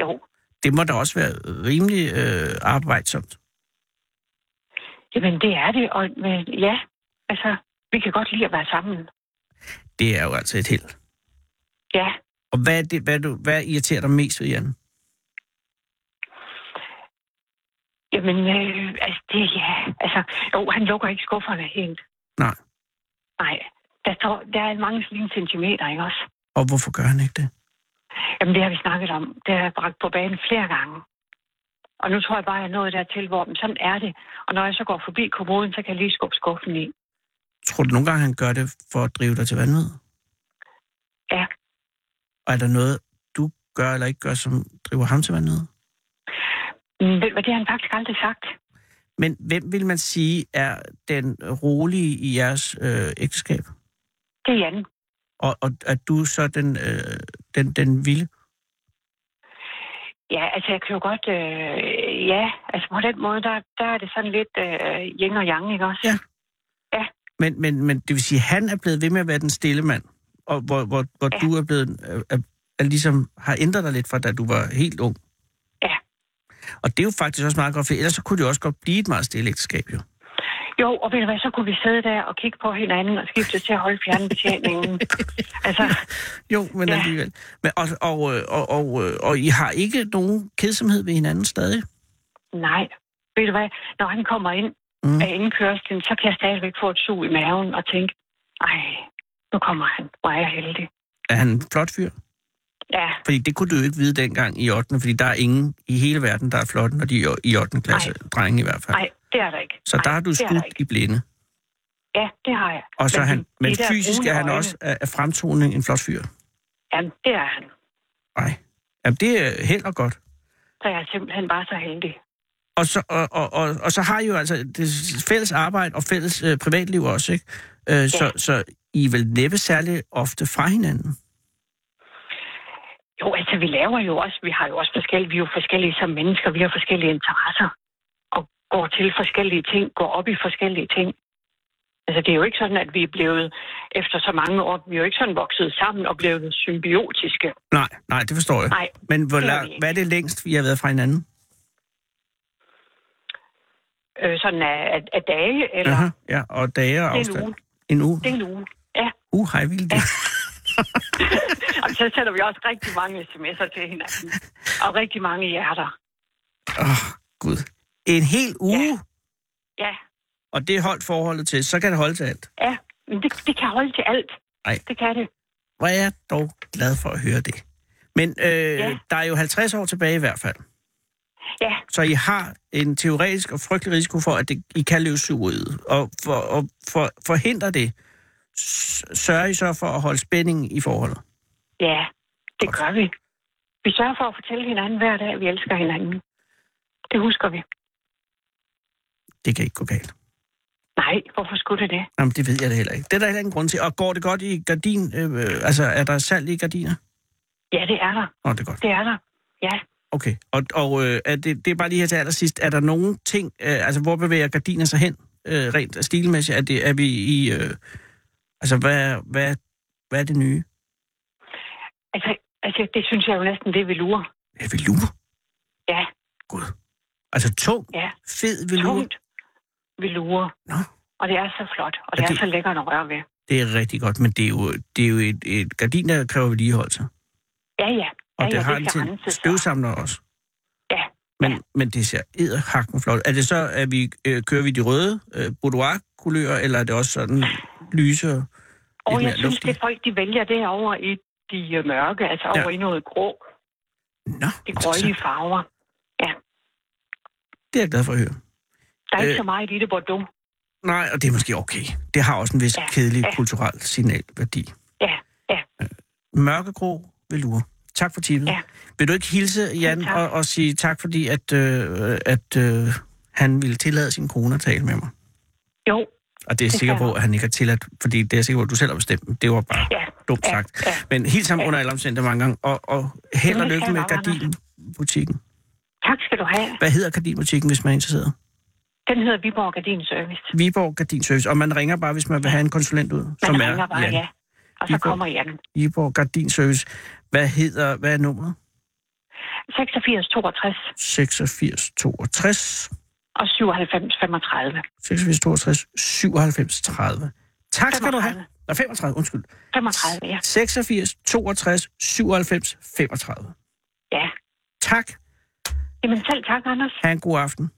S12: Jo.
S4: Det må da også være rimelig øh, arbejdsomt.
S12: Jamen, det er det. Og men, ja, altså, vi kan godt lide at være sammen.
S4: Det er jo altså et held.
S12: Ja,
S4: Og hvad, er det, hvad, er du, hvad irriterer dig mest ved Jan?
S12: jamen, øh, altså, det ja. Altså, jo, han lukker ikke skufferne helt.
S4: Nej.
S12: Nej, der, står, der er mange slim centimeter, ikke også?
S4: Og hvorfor gør han ikke det?
S12: Jamen, det har vi snakket om. Det har jeg bragt på banen flere gange. Og nu tror jeg bare, at jeg er nået dertil, hvor men sådan er det. Og når jeg så går forbi kommoden, så kan jeg lige skubbe skuffen i.
S4: Tror du nogle gange, han gør det for at drive dig til vanvid?
S12: Ja.
S4: Og er der noget, du gør eller ikke gør, som driver ham til vanvid?
S12: Men ved du hvad, det har han faktisk aldrig sagt.
S4: Men hvem vil man sige er den rolige i jeres øh, ægteskab?
S12: Det er Jan.
S4: Og, og er du så den, øh, den, den vilde?
S12: Ja, altså jeg kan jo godt... Øh, ja, altså på den måde, der, der er det sådan lidt øh, yin og yang, ikke også?
S4: Ja. Men, men, men det vil sige, at han er blevet ved med at være den stille mand, og hvor, hvor, hvor ja. du er blevet, er, er, er ligesom har ændret dig lidt fra, da du var helt ung.
S12: Ja.
S4: Og det er jo faktisk også meget godt, for ellers så kunne det jo også godt blive et meget stille ægteskab,
S12: [laughs]
S4: jo.
S12: Jo, og ved du hvad, så kunne vi sidde der og kigge på hinanden og skifte til at holde
S4: [laughs]
S12: fjernbetjeningen. altså,
S4: Jo, men ja. alligevel. Men, og, og, øh, og, og, øh, og I har ikke nogen kedsomhed ved hinanden stadig?
S12: nej. Ved du hvad, når han kommer ind
S4: Mm.
S12: mm. af indkørslen, så kan jeg stadigvæk få et sug i maven og tænke, ej, nu kommer han. Hvor er jeg heldig.
S4: Er han en flot fyr?
S12: Ja,
S4: Fordi det kunne du jo ikke vide dengang i 8. Fordi der er ingen i hele verden, der er flot, når de er i 8. klasse. Drenge i hvert fald.
S12: nej, det er der ikke.
S4: Så der har du
S12: det er der
S4: skudt
S12: ikke.
S4: i blinde.
S12: Ja, det har jeg.
S4: Og så er
S12: Men
S4: han,
S12: de-
S4: men
S12: de der
S4: fysisk
S12: brune
S4: er han
S12: øjne,
S4: også af af fremtoning en flot fyr.
S12: Jamen, det er han.
S4: Nej. Jamen, det er held og godt.
S12: Så jeg er simpelthen bare så heldig.
S4: Og så, og, og, og, og så har I jo altså det fælles arbejde og fælles øh, privatliv også, ikke? Øh, ja. så, så I er vel næppe særlig ofte fra hinanden?
S12: Jo, altså vi laver jo også, vi har jo også forskellige, vi er jo forskellige som mennesker, vi har forskellige interesser, og går til forskellige ting, går op i forskellige ting. Altså det er jo ikke sådan, at vi er blevet, efter så mange år, vi er jo ikke sådan vokset sammen og blevet symbiotiske.
S4: Nej, nej, det forstår jeg.
S12: Nej,
S4: Men hvor
S12: det er vi
S4: lang, hvad er det længst, vi har været fra hinanden?
S12: Øh, sådan af, af, af dage, eller
S4: Aha, ja, og dage og
S12: det er en
S4: afstand.
S12: uge.
S4: En uge?
S12: Det er en uge. Ja,
S4: Uh, hej, vildt.
S12: og så sender vi også rigtig mange sms'er til hinanden, og rigtig mange hjerter.
S4: Åh, Gud. En hel uge, ja.
S12: Ja,
S4: og det er holdt forholdet til, så kan det holde til alt.
S12: ja, men det, det kan holde til alt.
S4: Nej.
S12: Det kan det.
S4: Hvor er jeg dog glad for at høre det. Men øh, ja. der er jo 50 år tilbage i hvert fald.
S12: Ja,
S4: Så I har en teoretisk og frygtelig risiko for, at det, I kan leve sugeriet. Og for at for, forhindre det, s- sørger I så for at holde spændingen i forholdet.
S12: Ja, det gør vi. Vi sørger for at fortælle hinanden hver dag, at vi elsker hinanden. Det husker vi.
S4: Det kan ikke gå galt.
S12: Nej, hvorfor skulle det det?
S4: Jamen, det ved jeg da heller ikke. Det er der heller ingen grund til. Og går det godt i gardin? Øh, øh, altså, er der salg i gardiner?
S12: Ja, det er der.
S4: Nå, det er godt.
S12: Det er der. Ja.
S4: Okay. Og, og øh, er det, det er bare lige her til allersidst. Er der nogen ting, øh, altså hvor bevæger gardiner sig hen øh, rent stilmæssigt? Er, det, er vi i, øh, altså hvad, hvad, hvad er det nye?
S12: Altså, altså, det synes jeg jo næsten, det er velure.
S4: Er velur?
S12: Ja,
S4: Altså tung,
S12: ja.
S4: fed velur?
S12: Tungt velure.
S4: Nå.
S12: Og det er så flot, og det
S4: Er
S12: er,
S4: det-
S12: så lækkert at røre ved.
S4: Det er rigtig godt, men det er jo, det er jo et, et gardin, der kræver vedligeholdelse.
S12: Ja, ja.
S4: Og
S12: ja,
S4: det
S12: ja,
S4: har
S12: det
S4: en
S12: skal
S4: til
S12: renses,
S4: støvsamler også.
S12: Ja.
S4: Men, men det ser edderhakken flot. Er det så, at vi øh, kører vi de røde øh, boudoir-kulører, eller er det også sådan lyse og
S12: Og
S4: lidt
S12: jeg
S4: mere
S12: synes,
S4: luftige?
S12: det folk, de vælger det er over i de øh, mørke, altså
S4: Ja.
S12: over i noget grå,
S4: Nå,
S12: de grønlige farver.
S4: det er jeg glad for at høre.
S12: Der er
S4: Øh.
S12: ikke så meget i det, Bordeaux.
S4: Nej, og det er måske okay. Det har også en vis ja,
S12: Ja,
S4: kedelig ja.
S12: ja.
S4: kulturel signalværdi.
S12: Ja, ja.
S4: Mørkegrå, ved Lure. Tak for tippet. Ja. Vil du ikke hilse Jan ja, og, og sige tak, fordi at, øh, at øh, han ville tillade sin kone at tale med mig?
S12: Jo.
S4: Og det er jeg
S12: Det
S4: sikker
S12: kan
S4: på,
S12: jeg.
S4: at han ikke har tilladt, fordi det er jeg sikker på, at du selv har bestemt. Det var bare
S12: Ja.
S4: dumt
S12: Ja.
S4: sagt.
S12: Ja.
S4: Men helt sammen under alle omstændigheder mange gange. Og, og held
S12: Jamen,
S4: og
S12: det
S4: lykke
S12: skal
S4: med
S12: jeg nok, Anders.
S4: Gardinbutikken.
S12: Tak skal du have.
S4: Hvad hedder Gardinbutikken, hvis man er interesseret?
S12: Den hedder Viborg Gardin Service.
S4: Viborg Gardinservice. Og man ringer bare, hvis man vil have en konsulent ud.
S12: Man
S4: som
S12: ringer
S4: er
S12: bare,
S4: Jan.
S12: ja. Og så
S4: Viborg.
S12: kommer Jan.
S4: Viborg Gardinservice. Hvad hedder, hvad er nummeret?
S12: 86 62
S4: 86 62
S12: og 97 35.
S4: 86 62 97 30. Tak skal du have. Nå, 35, undskyld.
S12: 35, ja.
S4: 86 62 97 35.
S12: Ja.
S4: Tak.
S12: Jamen selv tak, Anders.
S4: Ha' en god aften.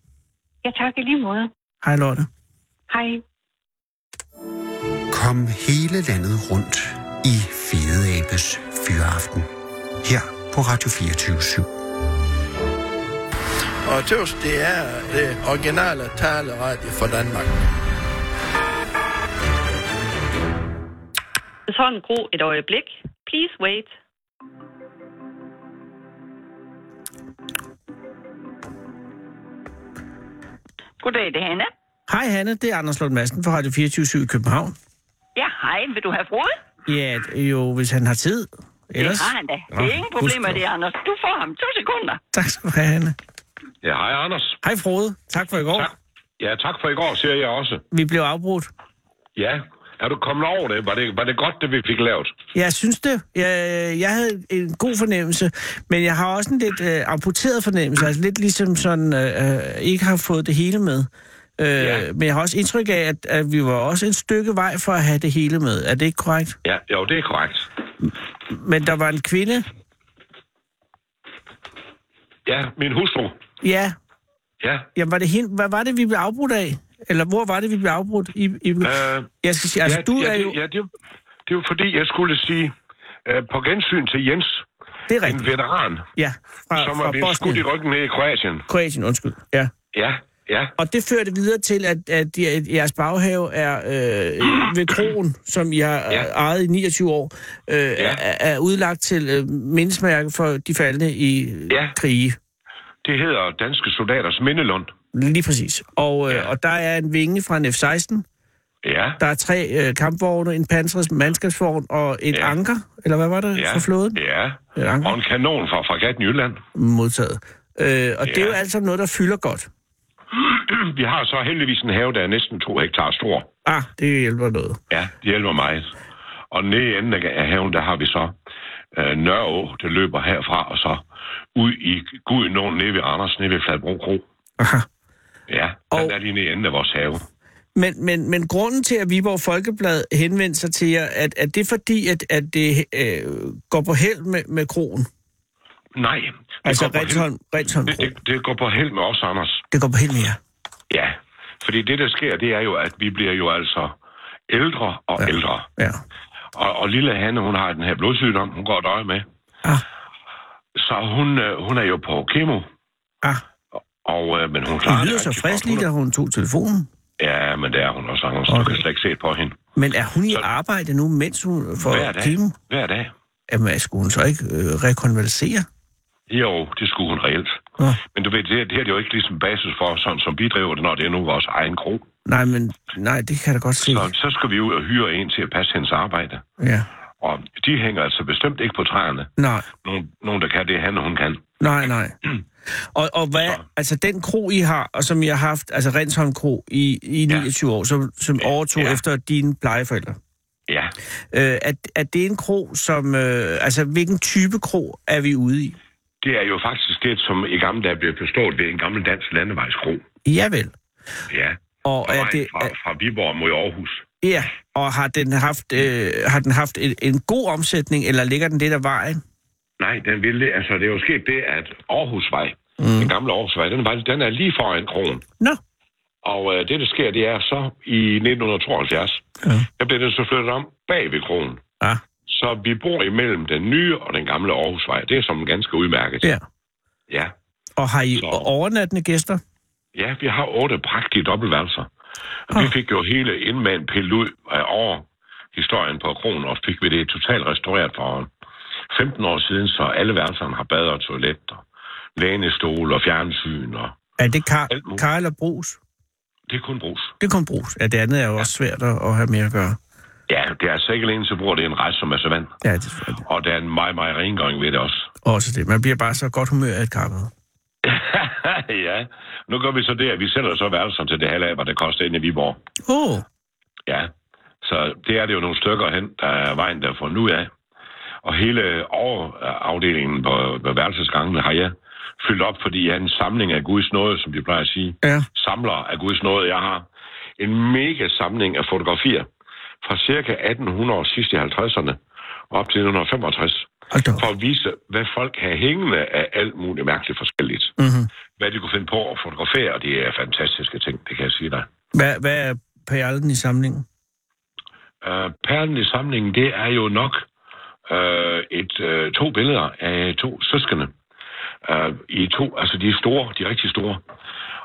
S12: Ja, tak i lige måde.
S4: Hej Lotte.
S12: Hej.
S5: Kom hele landet rundt i Fede Abes Fyraften. Her på Radio 24 7.
S13: Og tøvs, det er det originale taleradio for Danmark.
S14: Sådan gro et øjeblik. Please wait. Goddag, det er Hanna.
S4: Hej Hanne, det er Anders Lund Madsen fra Radio 24 i København.
S14: Ja, hej. Vil du have frode?
S4: Ja, jo, hvis han har tid. Ellers...
S14: Det har han da. Det er ingen problem med det, Anders. Du får ham to sekunder.
S4: Tak skal du have, Hanne.
S3: Ja, hej Anders.
S4: Hej Frode. Tak for i går. Tak.
S3: Ja, tak for i går, siger jeg også.
S4: Vi blev afbrudt.
S3: Ja, er du kommet over det? Var det, var det godt, det vi fik lavet?
S4: Jeg synes det. Jeg, jeg havde en god fornemmelse, men jeg har også en lidt øh, amputeret fornemmelse. Altså lidt ligesom sådan, øh, øh, ikke har fået det hele med. Øh, ja. Men jeg har også indtryk af, at, at vi var også et stykke vej for at have det hele med. Er det ikke korrekt?
S3: Ja, jo, det er korrekt.
S4: Men der var en kvinde.
S3: Ja, min hustru.
S4: Ja.
S3: Ja.
S4: Jamen, var det hende? Hvad var det, vi blev afbrudt af? Eller hvor var det, vi blev afbrudt? I, i...
S3: Øh,
S4: jeg skal sige, altså,
S3: ja,
S4: du
S3: ja,
S4: er
S3: det-
S4: jo...
S3: Ja, det, er jo- det er jo fordi, jeg skulle sige øh, på gensyn til Jens.
S4: Det er rigtigt.
S3: En veteran,
S4: Ja, fra,
S3: som
S4: fra
S3: er blevet skudt
S4: Bosnien.
S3: i ryggen ned i Kroatien.
S4: Kroatien, undskyld. Ja.
S3: Ja, ja.
S4: Og det førte videre til, at, at je- jeres baghave er øh, ved krogen, som I har ja. ejet i 29 år, øh, ja. er, er udlagt til øh, mindesmærke for de faldende i ja. krige.
S3: Det hedder Danske Soldaters Mindelund.
S4: Lige præcis. Og, øh, ja. og der er en vinge fra en F-16.
S3: Ja.
S4: Der er tre øh, kampvogne, en pansret mandskabsvogn og et ja. anker, eller hvad var det,
S3: Ja.
S4: ja. fra flåden?
S3: Ja.
S4: Ja.
S3: Og en kanon fra Fregatten Jylland.
S4: Modtaget. Øh, og ja. det er
S3: Ja.
S4: jo alt sammen noget, der fylder godt.
S3: Vi har så heldigvis en have, der er næsten to hektar stor.
S4: Ah, det hjælper noget.
S3: Ja, det hjælper mig. Og nede i enden af haven, der har vi så øh, Nørreå, der løber herfra, og så ud i Gudnåen nede ved Anders, nede ved Fladbro Kro.
S4: Aha.
S3: Ja, og... den er lige nede i enden af vores have.
S4: Men, men, men grunden til, at Viborg Folkeblad henvendte sig til jer, at, at det er fordi, at, at det øh, går på held med, med krogen?
S3: Nej. det
S4: Altså
S3: går på hel-
S4: Rensholm- Rensholm
S3: det, det, det går på held med os, Anders.
S4: Det går på held med jer?
S3: Ja, fordi det, der sker, det er jo, at vi bliver jo altså ældre og ja. ældre.
S4: Ja.
S3: Og, og lille Hanne, hun har den her blodsygdom, hun går og døjer med.
S4: Ah.
S3: Så hun, øh, hun er jo på kemo.
S4: Ah.
S3: Og, øh, men hun klarer
S4: Hun lyder så
S3: rigtig
S4: frisk lige, da hun tog telefonen.
S3: Ja, men det er hun også, Anders. Du kan slet ikke se på hende.
S4: Men er hun i arbejde nu, mens hun
S3: Hver
S4: får
S3: dag.
S4: kemo?
S3: Hver dag.
S4: Jamen, skulle hun så ikke øh, rekonvalesere?
S3: Jo, det skulle hun reelt.
S4: Nå.
S3: Men du ved, det, her- det her det er jo ikke ligesom basis for, sådan som vi driver det, når det er nu vores egen kro.
S4: Nej, men nej, det kan jeg da godt se.
S3: Så, så skal vi jo hyre en til at passe hendes arbejde.
S4: Ja.
S3: Og de hænger altså bestemt ikke på træerne.
S4: Nej,
S3: Nogen, nogen der kan det, han og hun kan.
S4: nej, [clears throat] nej. Og, og hvad, altså den kro, I har, og som I har haft, altså Rensholm Kro, i, i 29 år, som, som overtog ja. efter dine plejeforældre?
S3: Ja.
S4: Øh, er, er det en krog, som... Øh, altså, hvilken type krog er vi ude i?
S3: Det er jo faktisk det, som i gamle dage blev forstået ved en gammel dansk landevejskro.
S4: Ja vel.
S3: Ja.
S4: Og
S3: er det... Fra, fra Viborg mod Aarhus.
S4: Ja, og har den haft, øh, har den haft en, en god omsætning, eller ligger den lidt af vejen?
S3: Nej, den ville, altså det er jo sket det, at Aarhusvej, mm. den gamle Aarhusvej, den, var, den er lige foran krogen.
S4: Nå.
S3: Og øh, det, der sker, det er så i 1972, ja. der blev den så flyttet om bag ved krogen.
S4: Ja.
S3: Så vi bor imellem den nye og den gamle Aarhusvej. Det er som ganske udmærket.
S4: Ja.
S3: Ja,
S4: Og har I overnattende gæster?
S3: ja vi har otte prægtige dobbeltværelser. Og vi fik jo hele indmanden pillet ud af over historien på krogen, og fik vi det totalt restaureret for, 15 år siden, så alle værelserne har bad og toiletter, lænestol og fjernsyn og
S4: Er det kar, kar eller brus?
S3: det er kun brus.
S4: Det er kun brus. Ja, det andet er jo også svært at, at have mere at gøre.
S3: Ja, det er altså ikke alene, så bruger det en rest, som er så vand.
S4: Ja, det er det.
S3: Og der er en meget, meget rengøring ved det også.
S4: Også det. Man bliver bare så godt humør af et karpet.
S3: [laughs] ja, nu gør vi så det, at vi sælger så værelserne til det halve af, hvad det koster inde i Viborg.
S4: Åh, oh,
S3: Ja, så det er det jo nogle stykker hen, der er vejen der fra nu af. Og hele overafdelingen på, på værelsesgangene har jeg fyldt op, fordi jeg er en samling af Guds nåde, som de plejer at sige.
S4: Ja.
S3: Samler af Guds nåde, jeg har. En mega samling af fotografier fra cirka 1800 sidst i 50'erne op til 1965. For at vise, hvad folk har hængende af alt muligt mærkeligt forskelligt.
S4: Mhm.
S3: Hvad de kunne finde på at fotografere, og det er fantastiske ting, det kan jeg sige dig.
S4: hvad, hvad er perlen i samlingen?
S3: Uh, perlen i samlingen, det er jo nok uh, et, uh, to billeder af to søskende. Uh, I to, altså de er store, de er rigtig store.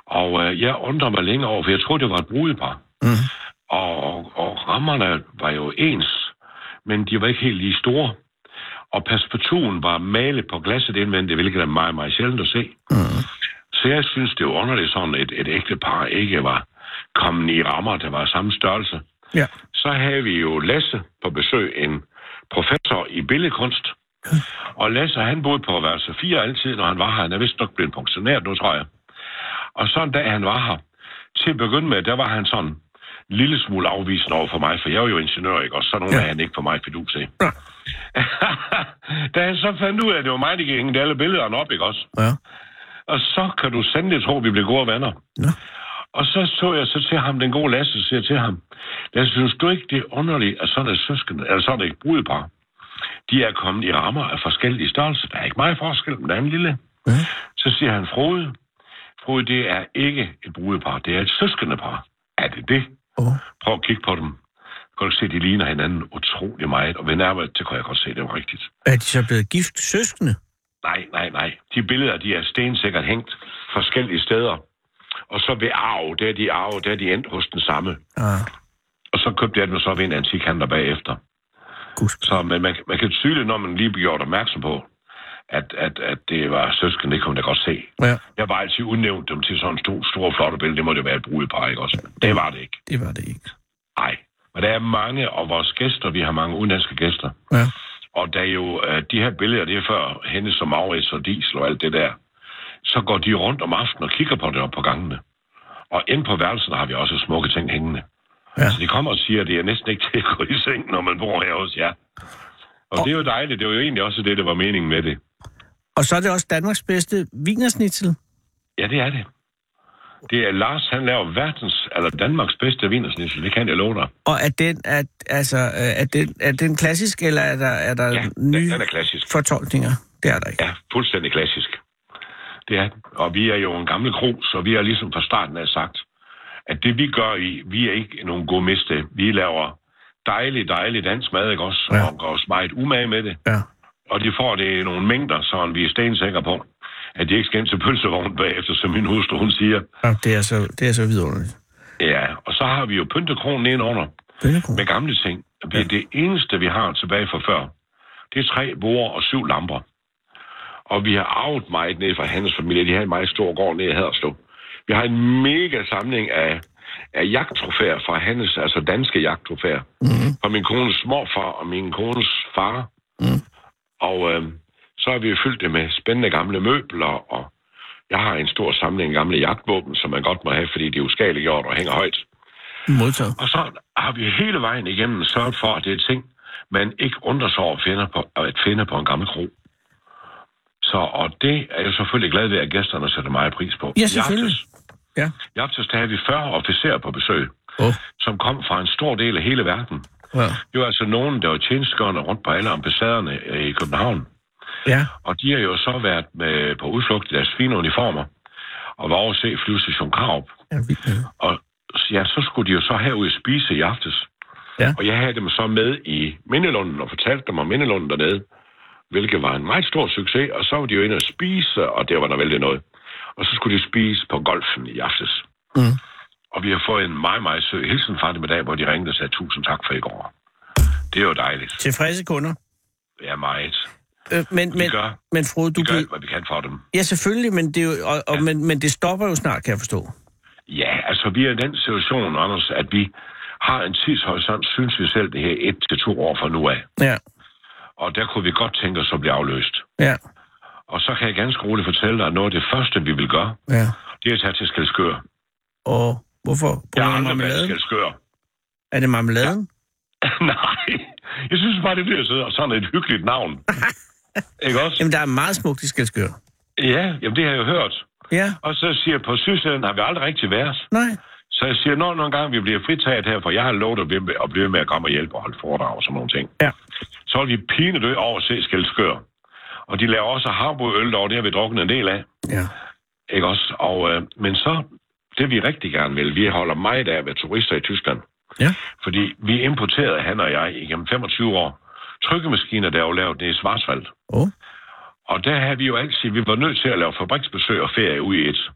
S3: Og uh, jeg undrer mig længe over, for jeg tror det var et brudepar.
S4: Mm.
S3: Og, og rammerne var jo ens, men de var ikke helt lige store. Og perspektiven var malet på glasset indvendigt, hvilket er meget, meget sjældent at se. Mm. Så jeg synes, det var underligt sådan, et, et ægte par ikke var kommet i rammer, der var samme størrelse
S4: Ja.
S3: så havde vi jo Lasse på besøg, en professor i billedkunst. Og Lasse, han boede på værelse 4 altid, når han var her. Han er vist nok blevet pensioneret nu, tror jeg. Og så en dag, han var her, til at begynde med, der var han sådan en lille smule afvisende over for mig, for jeg er jo ingeniør, ikke? Og så nogen ja. er han ikke for mig fidus til.
S4: Ja.
S3: da han så fandt ud af, at det var mig, der gik hænge alle billederne op, ikke også?
S4: Ja.
S3: Og så kan du sandelig tro, at vi blev gode venner.
S4: Ja.
S3: Og så så jeg så til ham, den gode Lasse, siger til ham, Lasse, synes du ikke, det er underligt, at sådan et søskende, eller sådan et brudepar, de er kommet i rammer af forskellige størrelser. Der er ikke meget forskel, men der er en lille.
S4: Ja.
S3: Så siger han, Frode, Frode, det er ikke et brudepar, det er et søskendepar. Er det det?
S4: Oh.
S3: Prøv at kigge på dem. Du kan godt se, de ligner hinanden utrolig meget, og ved nærmere, det kan jeg godt se, det var rigtigt.
S4: Er de så blevet gift søskende?
S3: Nej, nej, nej. De billeder, de er stensikkert hængt forskellige steder. Og så ved arv, der er de arv, der er de endt hos den samme.
S4: Ah.
S3: Og så købte jeg den så ved en antikhandler bagefter. Så man, man, man kan tydeligt, når man lige bliver gjort opmærksom på, at, at, at det var søskende, det kunne man da godt se.
S4: Ja.
S3: Jeg var altid udnævnt dem til sådan en stor, stor flotte billede. Det må det være et brudepar, ikke også? Det var det ikke.
S4: Det var det ikke.
S3: Nej. Men der er mange af vores gæster, vi har mange udenlandske gæster.
S4: Ja.
S3: Og der er jo øh, de her billeder, det er før hende som Maurits og Diesel og alt det der. Så går de rundt om aftenen og kigger på det op på gangene. Og ind på værelserne har vi også smukke ting hængende. Ja. Så de kommer og siger, at det er næsten ikke til at gå i seng, når man bor her hos jer. Og, og det er jo dejligt. Det var jo egentlig også det, der var meningen med det.
S4: Og så er det også Danmarks bedste vinersnitzel.
S3: Ja, det er det. Det er Lars, han laver verdens, eller Danmarks bedste vinersnitsel. Det kan jeg love dig.
S4: Og er den, er, altså, øh, er den, er den klassisk, eller er der, er der ja, nye
S3: Den er klassisk.
S4: fortolkninger? Det er der ikke.
S3: Ja, fuldstændig klassisk. Det er den. Og vi er jo en gammel krus, og vi har ligesom fra starten af sagt, at det vi gør i, vi er ikke nogen gourmiste. Vi laver dejlig, dejlig dansk mad, ikke også? Ja. Og går os meget umage med det.
S4: Ja.
S3: Og de får det i nogle mængder, så vi er stensikre på, at de ikke skal ind til pølsevognen bagefter, som min hustru, hun siger.
S4: Ja, det er så, det er så vidunderligt.
S3: Ja, og så har vi jo pyntekronen indenunder
S4: Bønnekron.
S3: med gamle ting. Det, er det eneste, vi har tilbage fra før, det er tre borer og syv lamper. Og vi har arvet meget ned fra hans familie. De havde en meget stor gård nede i Haderslev. Vi har en mega samling af, af jagttrofæer fra hans, altså danske jagttrofæer. Mm. Fra min kones morfar og min kones far. Mm. Og øh, så har vi jo fyldt det med spændende gamle møbler, og jeg har en stor samling af gamle jagtvåben, som man godt må have, fordi de er uskadeliggjort og hænger højt.
S4: Modtaget.
S3: Og så har vi hele vejen igennem sørget for, at det er ting, man ikke undrer sig over at finde på, at finde på en gammel kro. Så, og det er jeg selvfølgelig glad ved, at gæsterne sætter meget pris på.
S4: Ja, selvfølgelig. Ja.
S3: I aftes, der havde vi 40 officerer på besøg,
S4: Åh.
S3: som kom fra en stor del af hele verden.
S4: Ja.
S3: Det var altså nogen, der var tjenestgørende rundt på alle ambassaderne øh, i København.
S4: Ja.
S3: Og de har jo så været med på udflugt i deres fine uniformer, og var over at se flyvestation Karup.
S4: Ja, vildt.
S3: Og så- ja, så skulle de jo så herud og spise i aftes.
S4: Ja.
S3: Og jeg havde dem så med i Mindelunden og fortalte dem om Mindelunden dernede, hvilket var en meget stor succes. Og så var de jo inde og spise, og det var der vældig noget. Og så skulle de spise på golfen i aftes.
S4: Mm.
S3: Og vi har fået en meget, meget sød hilsen fra dem i dag, hvor de ringede og sagde tusind tak for i går. Det er jo dejligt.
S4: Tilfredse kunder.
S3: Ja, meget.
S4: Øh, men,
S3: Vi
S4: men,
S3: gør-
S4: men Frode, du
S3: vi gør
S4: bliver...
S3: alt, hvad vi kan for dem.
S4: Ja, selvfølgelig, men det, er jo, og, og, men, men det stopper jo snart, kan jeg forstå.
S3: Ja, altså vi er i den situation, Anders, at vi har en tidshorisont, synes vi selv, det her et til to år fra nu af.
S4: Ja.
S3: Og der kunne vi godt tænke os at blive afløst.
S4: Ja.
S3: Og så kan jeg ganske roligt fortælle dig, at noget af det første, vi vil gøre,
S4: Ja.
S3: det er at tage til Skelskør.
S4: Og hvorfor?
S3: Jeg har aldrig været i Skelskør.
S4: Er det marmeladen?
S3: [laughs] Nej, jeg synes bare, det bliver sådan- sådan et hyggeligt navn. Ikke også?
S4: Jamen, der er meget smukt i Skelskør.
S3: Ja, jamen det har jeg jo hørt.
S4: Ja.
S3: Og så siger jeg, på Sydsjælland har vi aldrig rigtig været.
S4: Nej.
S3: Så jeg siger, når nogle gange vi bliver fritaget her, for jeg har lovet at blive, med, at blive ved med at komme og hjælpe og holde foredrag og sådan nogle ting.
S4: Ja.
S3: Så vil vi pinedø over at se Skelskør. Og de laver også havbrødøl derovre, det har vi drukket en del af.
S4: Ja.
S3: Ikke også? Og, øh, men så, det vi rigtig gerne vil, vi holder meget af at være turister i Tyskland.
S4: Ja.
S3: Fordi vi importerede, han og jeg, igennem 25 år, trykkemaskiner, der er jo lavet nede i Svarsvald.
S4: Oh.
S3: Og der havde vi jo altid, vi var nødt til at lave fabriksbesøg og ferie ud i et.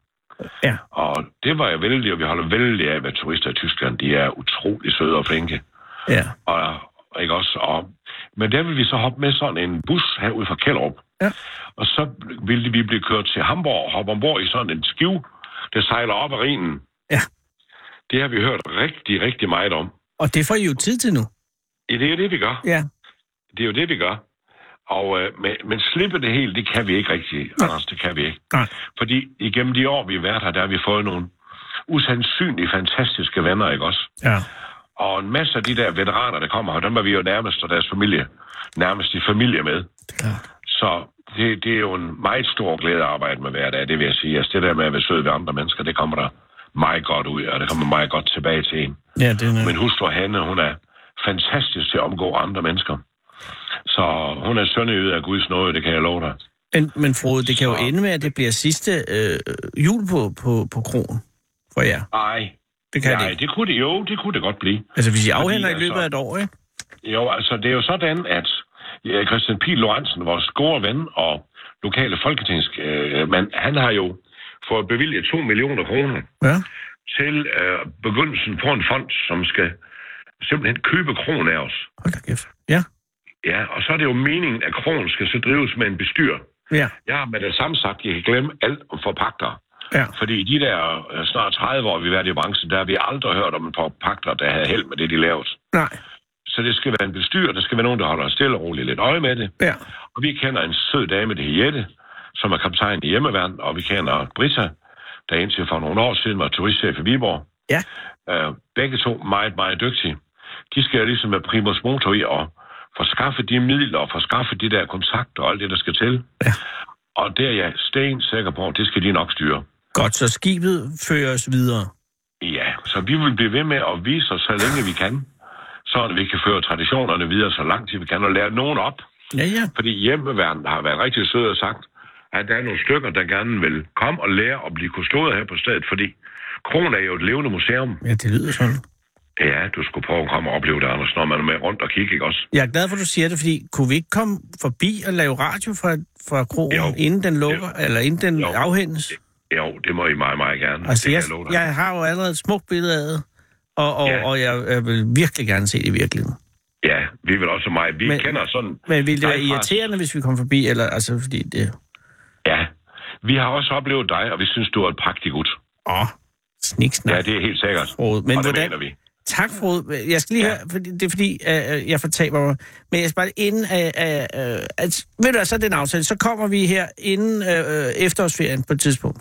S4: Ja.
S3: Og det var jeg vældig, og vi holder vældig af at være turister i Tyskland. De er utrolig søde og flinke.
S4: Ja.
S3: Og, ikke også? Og, men der ville vi så hoppe med sådan en bus herude fra Kjellerup.
S4: Ja.
S3: Og så ville vi blive kørt til Hamburg og hoppe ombord i sådan en skiv, der sejler op ad Rhinen.
S4: Ja.
S3: Det har vi hørt rigtig, rigtig meget om.
S4: Og det får I jo tid til nu.
S3: Ja, Det er jo det, vi gør.
S4: Ja.
S3: Det er jo det, vi gør. Og, øh, men, men slippe det helt, det kan vi ikke rigtig, Anders, det kan vi ikke.
S4: Nej.
S3: Fordi igennem de år, vi har været her, der har vi fået nogle usandsynligt fantastiske venner, ikke også?
S4: Ja.
S3: Og en masse af de der veteraner, der kommer her, dem er vi jo nærmest, og deres familie, nærmest i familie med. Så det, det er jo en meget stor glæde at arbejde med hver dag, det vil jeg sige. Altså det der med at være sød ved andre mennesker, det kommer der meget godt ud, og det kommer meget godt tilbage til en.
S4: Ja, det er
S3: Min hustru Hanne, hun er fantastisk til at omgå andre mennesker. Så hun er sønderjyde af Guds nåde, det kan jeg love dig.
S4: Men, men Frode, det kan jo ende med, at det bliver sidste øh, jul på, på, på krogen for jer.
S3: Nej.
S4: Det kan
S3: Nej,
S4: det ikke.
S3: det kunne det jo, det kunne det godt blive.
S4: Altså, hvis I
S3: Fordi,
S4: afhænder i
S3: altså,
S4: løbet af et år, ikke?
S3: Jo, altså det er jo sådan, at ja, Christian Pihl Lorentzen, vores gode ven og lokale folketingsmand, øh, han har jo fået bevilget 2 millioner kroner
S4: Ja.
S3: til øh, begyndelsen på en fond, som skal simpelthen købe kronen af os.
S4: Hold da kæft. Ja.
S3: Ja, og så er det jo meningen, at kronen skal så drives med en bestyr.
S4: Ja.
S3: Jeg har med det samme sagt, at jeg kan glemme alt om forpagter.
S4: Ja.
S3: Fordi i de der øh, snart 30 år, vi har været i branchen, der har vi aldrig hørt om en forpagter, der havde held med det, de lavede.
S4: Nej.
S3: Så det skal være en bestyr, der skal være nogen, der holder stille og roligt lidt øje med det.
S4: Ja.
S3: Og vi kender en sød dame, det hedder Jette, som er kaptajn i hjemmeværn, og vi kender Brita, der indtil for nogle år siden var turistchef i Viborg.
S4: Ja.
S3: Øh, begge to meget, meget dygtige. De skal ligesom være primus motor i at få skaffet de midler og få skaffet de der kontakter og alt det, der skal til.
S4: Ja.
S3: Og det er jeg sten sikker på, det skal de nok styre.
S4: Godt, så skibet føres videre.
S3: Ja, så vi vil blive ved med at vise os, så længe vi kan, så vi kan føre traditionerne videre så langt, vi kan, og lære nogen op.
S4: Ja, ja.
S3: Fordi hjemmeværnet har været rigtig sød og sagt, at der er nogle stykker, der gerne vil komme og lære at blive kustoder her på stedet, fordi Kronen er jo et levende museum.
S4: Ja, det lyder sådan.
S3: Ja, du skulle prøve at komme og opleve det, Anders, når man er med rundt og kigge, ikke også?
S4: Jeg er glad for, at du siger det, fordi kunne vi ikke komme forbi og lave radio fra, fra krogen, jo. inden den lukker, jo. eller inden den jo. afhændes?
S3: Jo, det må I meget, meget gerne.
S4: Altså,
S3: det
S4: jeg,
S3: kan love dig.
S4: jeg har jo allerede et smukt billede af det, og, og, ja. og jeg, jeg vil virkelig gerne se det i virkeligheden.
S3: Ja, vi vil også meget. Vi
S4: Men-
S3: men, kender sådan...
S4: Men ville det være
S3: dig fra-
S4: irriterende, hvis vi kom forbi, eller altså, fordi det...
S3: Ja, vi har også oplevet dig, og vi synes, du er et prægtig gut.
S4: Åh, sniksnak.
S3: Ja, det er helt sikkert.
S4: Frode, men
S3: og det
S4: hvordan-
S3: mener vi.
S4: Tak, Frode. Jeg skal lige ja. høre, fordi, det er fordi, øh, jeg fortaber mig. Men jeg skal bare inden... Øh, øh, øh, at, ved du hvad, så er det en aftale. Så kommer vi her inden øh, øh, efterårsferien på et tidspunkt.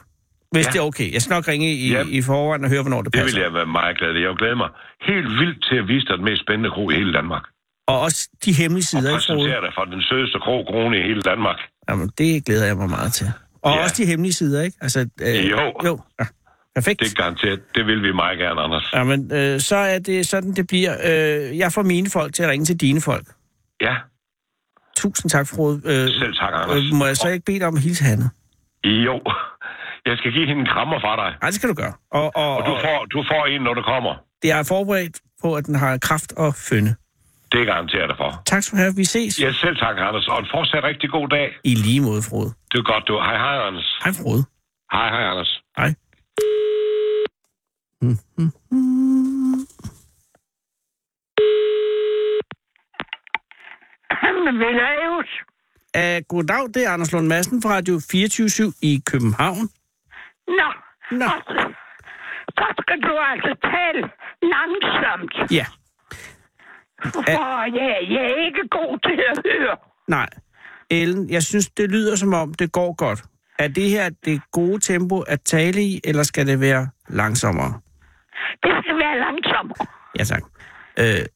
S4: Hvis ja.
S3: Ja.
S4: det er okay. Jeg skal nok ringe i, ja.
S3: Ja.
S4: i forvejen og høre, hvornår det
S3: Det
S4: passer.
S3: vil jeg være meget glad for. Jeg glæder mig helt vildt til at vise dig den mest spændende kro i hele Danmark.
S4: Og også de hemmelige sider, ikke, Frode?
S3: Præsentere dig for den sødeste kro krone i hele Danmark.
S4: Jamen, det glæder jeg mig meget til. Og ja. også de hemmelige sider, ikke? Altså, øh,
S3: Jo.
S4: jo. Ja. Perfekt.
S3: Det er garanteret. Det vil vi meget gerne, Anders.
S4: Jamen, øh, så er det sådan, det bliver. Øh, jeg får mine folk til at ringe til dine folk.
S3: Ja,
S4: Tusind tak, Frode. Øh,
S3: selv tak, Anders.
S4: øh, må jeg så ikke bede dig om at hilse Hanne?
S3: Jo, jeg skal give hende en krammer fra dig.
S4: Nej, det skal du gøre. Og, og,
S3: Og du får, du får en, når du kommer.
S4: Det er forberedt på, at den har kraft og fønde.
S3: Det garanterer jeg dig for.
S4: Tak skal du have. Vi ses.
S3: Ja, selv tak, Anders. Og en fortsat rigtig god dag.
S4: I lige måde, Frode.
S3: Det er godt, du. Hej, hej, Anders.
S4: Hej, Frode.
S3: Hej, hej, Anders.
S4: Hej.
S15: Jamen, Vilhelmus.
S4: Uh, goddag, det er Anders Lund Madsen fra Radio 24 i København.
S12: Nå, Nå. Altså, så skal du altså tale langsomt,
S4: Ja,
S12: for jeg, jeg er ikke god til at høre.
S4: nej. Ellen, jeg synes, det lyder som om, det går godt. Er det her det gode tempo at tale i, eller skal det være langsommere?
S12: Det skal være langsomt.
S4: Ja, tak. Øh,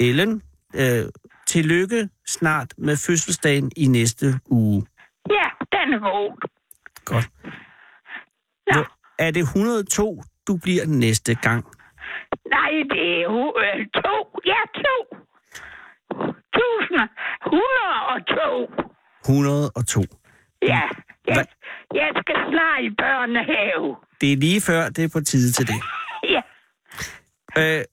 S4: Ellen, øh, tillykke snart med fødselsdagen i næste uge.
S12: Ja, den er god.
S4: Godt. Ja. Er det 102, du bliver næste gang?
S12: Nej, det er jo øh, to. Ja, to. Tusind. Hundrede og to.
S4: 102.
S12: Ja,
S4: Hva?
S12: jeg skal snart i børnehave.
S4: Det er lige før, det er på tide til det.
S12: Ja.
S4: Øh,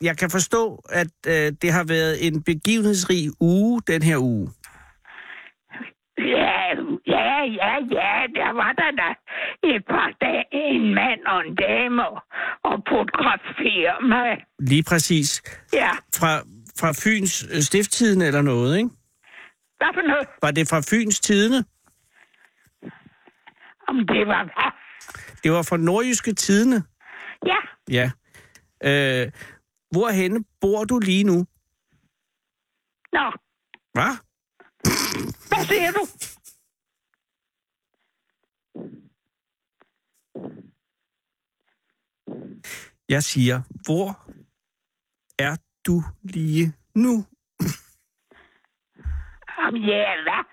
S4: jeg kan forstå, at øh, det har været en begivenhedsrig uge den her uge.
S12: Ja, ja, ja, ja, der var der da et par dage, en mand og en dame og, og fotograferer mig.
S4: Lige præcis.
S12: Ja,
S4: Fra, fra Fyns øh, stifttiden eller noget, ikke?
S12: hvad for noget?
S4: Var det fra Fyns tidene?
S12: Om det var hvad?
S4: Det var fra Nordjyske Tidene.
S12: Ja,
S4: Ja. Øh, hvorhenne bor du lige nu?
S12: nå,
S4: Hvad?
S12: hvad siger du?
S4: Jeg siger, hvor er du lige nu?
S12: Om ja, hvad?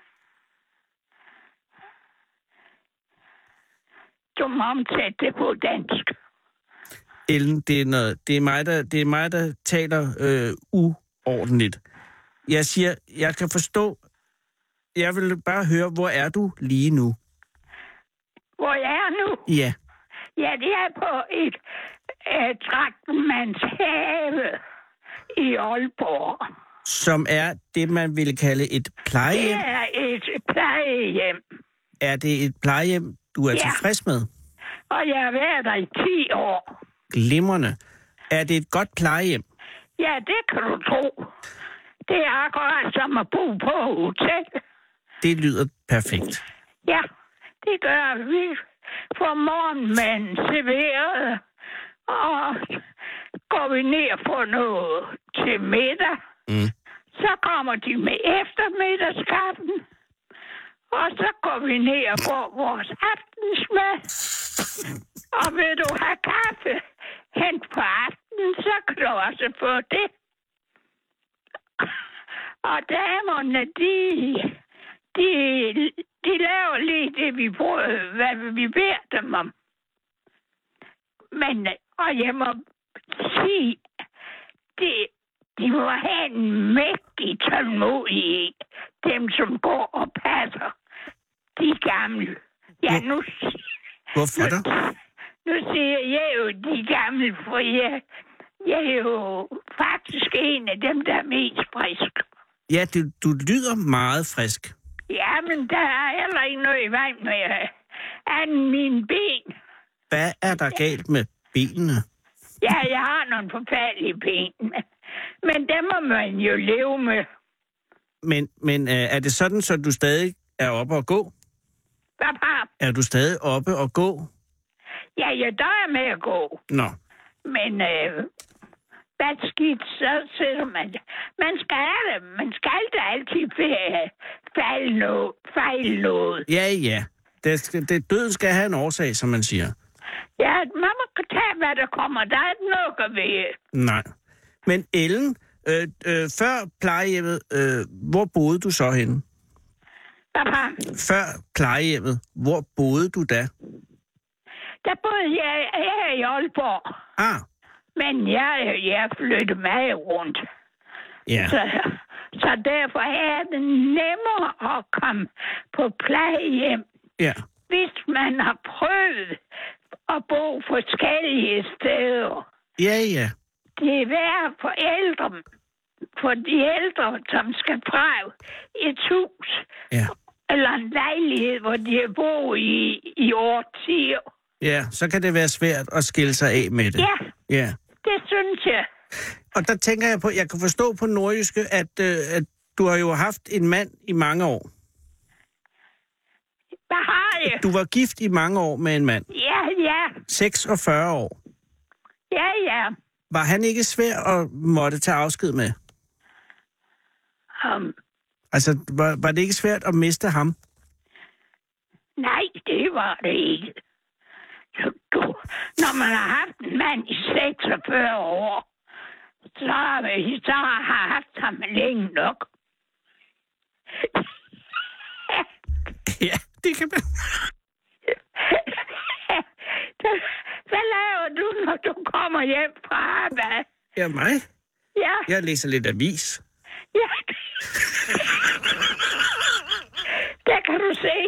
S12: Du må omsætte det på dansk.
S4: Ellen, det er, noget, det er, mig, der, det er mig, der taler øh, uordentligt. Jeg siger, jeg kan forstå, jeg vil bare høre, hvor er du lige nu?
S12: Hvor jeg er nu?
S4: Ja,
S12: Ja, det er på et, et traktmandshave i Aalborg.
S4: som er det, man ville kalde et
S12: Det
S4: plejehjem.
S12: er et plejehjem,
S4: Er det et plejehjem, du er
S12: Ja.
S4: tilfreds med?
S12: og jeg har været der i 10 år.
S4: Glimrende. Er det et godt plejehjem?
S12: Ja, det kan du tro. Det er akkurat som at bo på hotel.
S4: Det lyder perfekt.
S12: Ja, det gør vi. For morgenmanden serveret, og går vi ned og får noget til middag.
S4: Mm.
S12: Så kommer de med eftermiddagskaffen, og så går vi ned og får vores aftensmad. Og vil du have kaffe hen på aftenen, [laughs] så kan du også få det. Og damerne, de, de, de laver lige det, vi prøver, hvad vi beder dem om. Men, øh, og jeg må sige, det, de må have en mægtig tålmodighed, dem som går og passer. De gamle. Ja, nu,
S4: Hvorfor da?
S12: nu siger jeg jo de gamle, for jeg, jeg er jo faktisk en af dem, der er mest frisk.
S4: Ja, det, du lyder meget frisk.
S12: Ja, men der er heller ikke noget i vejen med øh, anden mine ben.
S4: Hvad er der galt med benene?
S12: Ja, jeg har nogle forfærdelige ben, men- men dem må man jo leve med.
S4: Men, men øh, er det sådan, så du stadig er oppe og gå?
S12: Hvad har
S4: Er du stadig oppe og gå?
S12: Ja, jeg døjer med at gå,
S4: Nå,
S12: men øh, hvad skidt, så sidder man. Man skal have det. Man skal da altid fe- fejle noget. Fejle noget.
S4: ja, ja. Det skal, det, døden skal have en årsag, som man siger.
S12: Ja, man må kunne tage, hvad der kommer. Der er ikke noget at ved.
S4: Nej. Men Ellen, øh, øh, før plejehjemmet, øh, hvor boede du så henne?
S12: Papa,
S4: Før plejehjemmet, hvor boede du da?
S12: der boede jeg her i Aalborg,
S4: Ah,
S12: men jeg, jeg flyttede meget rundt.
S4: ja.
S12: Så, så derfor er det nemmere at komme på plejehjem,
S4: ja.
S12: hvis man har prøvet at bo forskellige steder.
S4: Ja, ja.
S12: Det er værre for ældre, for de ældre, som skal fra et hus
S4: Ja.
S12: eller en lejlighed, hvor de har boet i, i årtier.
S4: Ja, så kan det være svært at skille sig af med det.
S12: Ja,
S4: ja.
S12: det synes jeg.
S4: Og der tænker jeg på, jeg kan forstå på nordjyske, at, øh, at Du har jo haft en mand i mange år.
S12: Hvad har jeg?
S4: Du var gift i mange år med en mand.
S12: Ja, ja,
S4: 46 år.
S12: ja, ja.
S4: Var han ikke svær at måtte tage afsked med?
S12: Um,
S4: Altså, var, var det ikke svært at miste ham?
S12: nej, det var det ikke. Så Du, når man har haft en mand i 46 år, så, har man- så har man haft ham længe nok.
S4: [laughs] Ja, det kan man.
S12: Hvad laver du, når du kommer hjem fra arbejde?
S4: Ja, mig.
S12: Ja,
S4: Jeg læser lidt avis.
S12: ja. Der kan du se.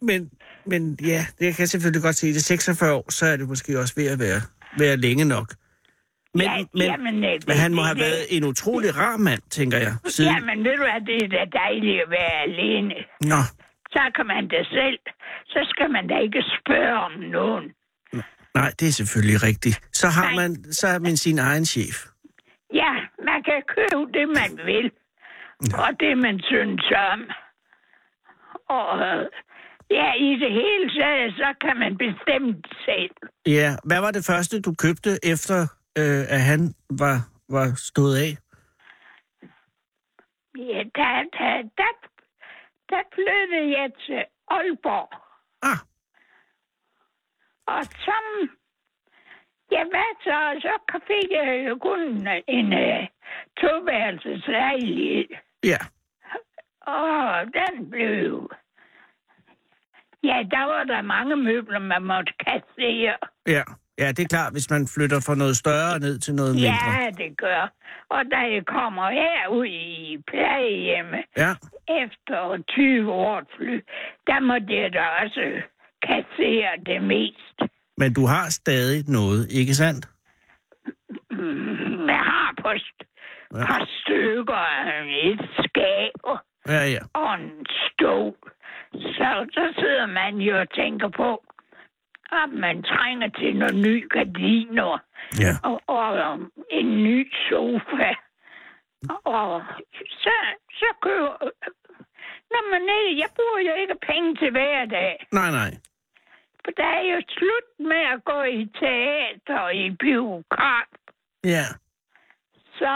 S4: Men, men ja, jeg kan selvfølgelig godt se det. 46 år, så er det måske også ved at være, være længe nok. Men,
S12: Ja,
S4: men,
S12: jamen, øh,
S4: men han må
S12: det-
S4: have
S12: det-
S4: været en utrolig rar mand, tænker jeg. Siden...
S12: Jamen, ved du hvad, det er da dejligt at være alene.
S4: Nå,
S12: Så kan man da selv. Så skal man da ikke spørge om nogen.
S4: nej, det er selvfølgelig rigtigt. Så har man, så er man sin egen chef.
S12: Ja, man kan købe det, man vil. Og det, man synes om. Og øh, ja, i det hele taget, så kan man bestemme det selv.
S4: Ja, hvad var det første, du købte, efter øh, at han var, var stået af?
S12: Ja, der, der, der, der flyttede jeg til Aalborg.
S4: Ah.
S12: Og som... Ja, hvad så? Så fik jeg jo kun en uh, toværelseslejlighed.
S4: Ja.
S12: Og den blev... Ja, der var der mange møbler, man måtte kassere.
S4: Ja. ja, det er klart, hvis man flytter fra noget større ned til noget mindre.
S12: Ja, det gør. Og da jeg kommer herud i plejehjemmet,
S4: Ja.
S12: efter 20 år fly, der måtte jeg da også kassere det mest.
S4: Men du har stadig noget, ikke sandt?
S12: Mm, Jeg har på st-
S4: Ja.
S12: par stykker af et skab
S4: Ja, ja.
S12: og en stol. Så, så sidder man jo og tænker på, at man trænger til nogle nye gardiner
S4: Ja.
S12: og, og um, en ny sofa. Og så, så køber... Når man ikke, jeg bruger jo ikke penge til hverdag.
S4: Nej, nej.
S12: For der er jo slut med at gå i teater og i biograf.
S4: Ja.
S12: Så,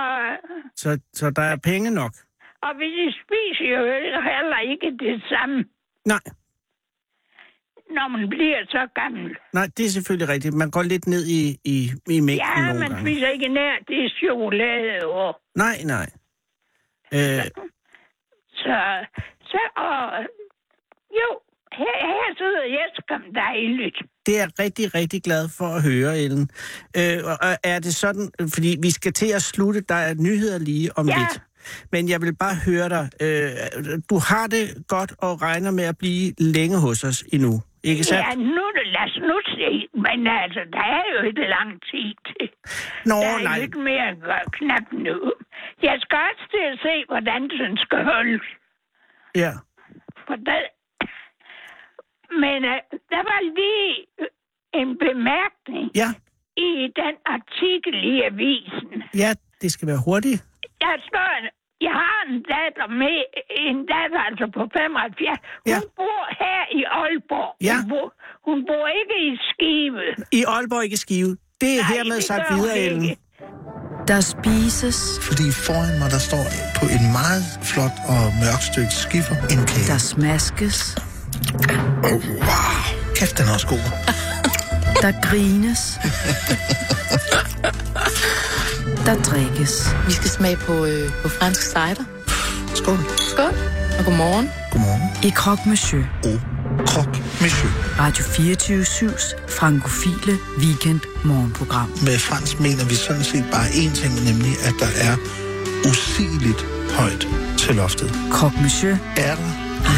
S4: Så, så der er penge nok.
S12: og vi spiser jo heller ikke det samme,
S4: Nej,
S12: når man bliver så gammel.
S4: nej, det er selvfølgelig rigtigt. Man går lidt ned i, i, i mængden
S12: Ja,
S4: nogle
S12: man
S4: gange.
S12: spiser ikke nær det chokolade. Og,
S4: Nej, nej. Øh,
S12: så, så, og, jo, her, her sidder jeg skam dejligt.
S4: det er jeg rigtig, rigtig glad for at høre, Ellen. Øh, og- og er det sådan, fordi vi skal til at slutte, der er nyheder lige om
S12: Ja.
S4: lidt. Men jeg vil bare høre dig. Øh, du har det godt og regner med at blive længe hos os endnu, ikke sandt?
S12: Ja, nu, lad os nu se. Men altså, der er jo ikke lang tid til.
S4: Nå,
S12: der er
S4: nej.
S12: jo ikke mere end godt knap nu. Jeg skal også til at se, hvordan den skal holde.
S4: Ja.
S12: For der... Men øh, der var lige en bemærkning
S4: ja.
S12: i den artikel i avisen.
S4: ja, det skal være hurtigt.
S12: Jeg står... Jeg har en datter med, en datter altså på 75. Hun ja. bor her i Aalborg.
S4: Ja.
S12: Hun, bor, hun bor ikke i Skive.
S4: I Aalborg, ikke Skive. Det er hermed
S12: det
S4: sagt
S12: gør
S4: videre,
S12: hun ikke.
S4: Ellen.
S1: Der spises,
S14: Fordi foran mig, der står på et meget flot og mørkt stykke skiffer en kage.
S1: der smaskes,
S14: Oh, wow. Kæft, den er også god.
S1: der grines, der drikkes.
S16: Vi skal smage på, øh, på fransk cider. Skål. Skål. Og godmorgen.
S1: I Croque Monsieur. Og Croque Monsieur. Radio 24-7's frankofile weekend morgenprogram.
S14: Med fransk mener vi sådan set bare én ting, nemlig at der er usigeligt højt til loftet.
S1: Croque Monsieur.
S14: Er der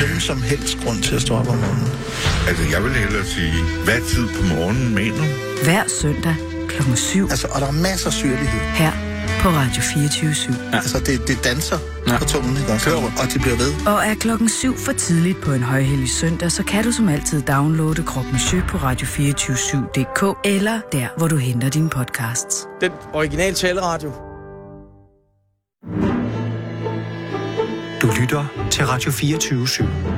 S14: nogen som helst grund til at stå op om morgenen?
S17: Altså, jeg vil hellere sige, hvad tid på morgenen mener du?
S1: Hver søndag kl. 7.
S14: Altså, og der er masser af syrlighed.
S1: Her på Radio 24-7.
S14: Ja. Altså, det, det danser ja. på tungen, ikke også? Og det bliver ved.
S1: Og er klokken 7 for tidligt på en højhellig søndag, så kan du som altid downloade Croque Monsieur på radio247.dk eller der, hvor du henter dine podcasts.
S18: Den originale taleradio.
S5: Du lytter til Radio 24 /7.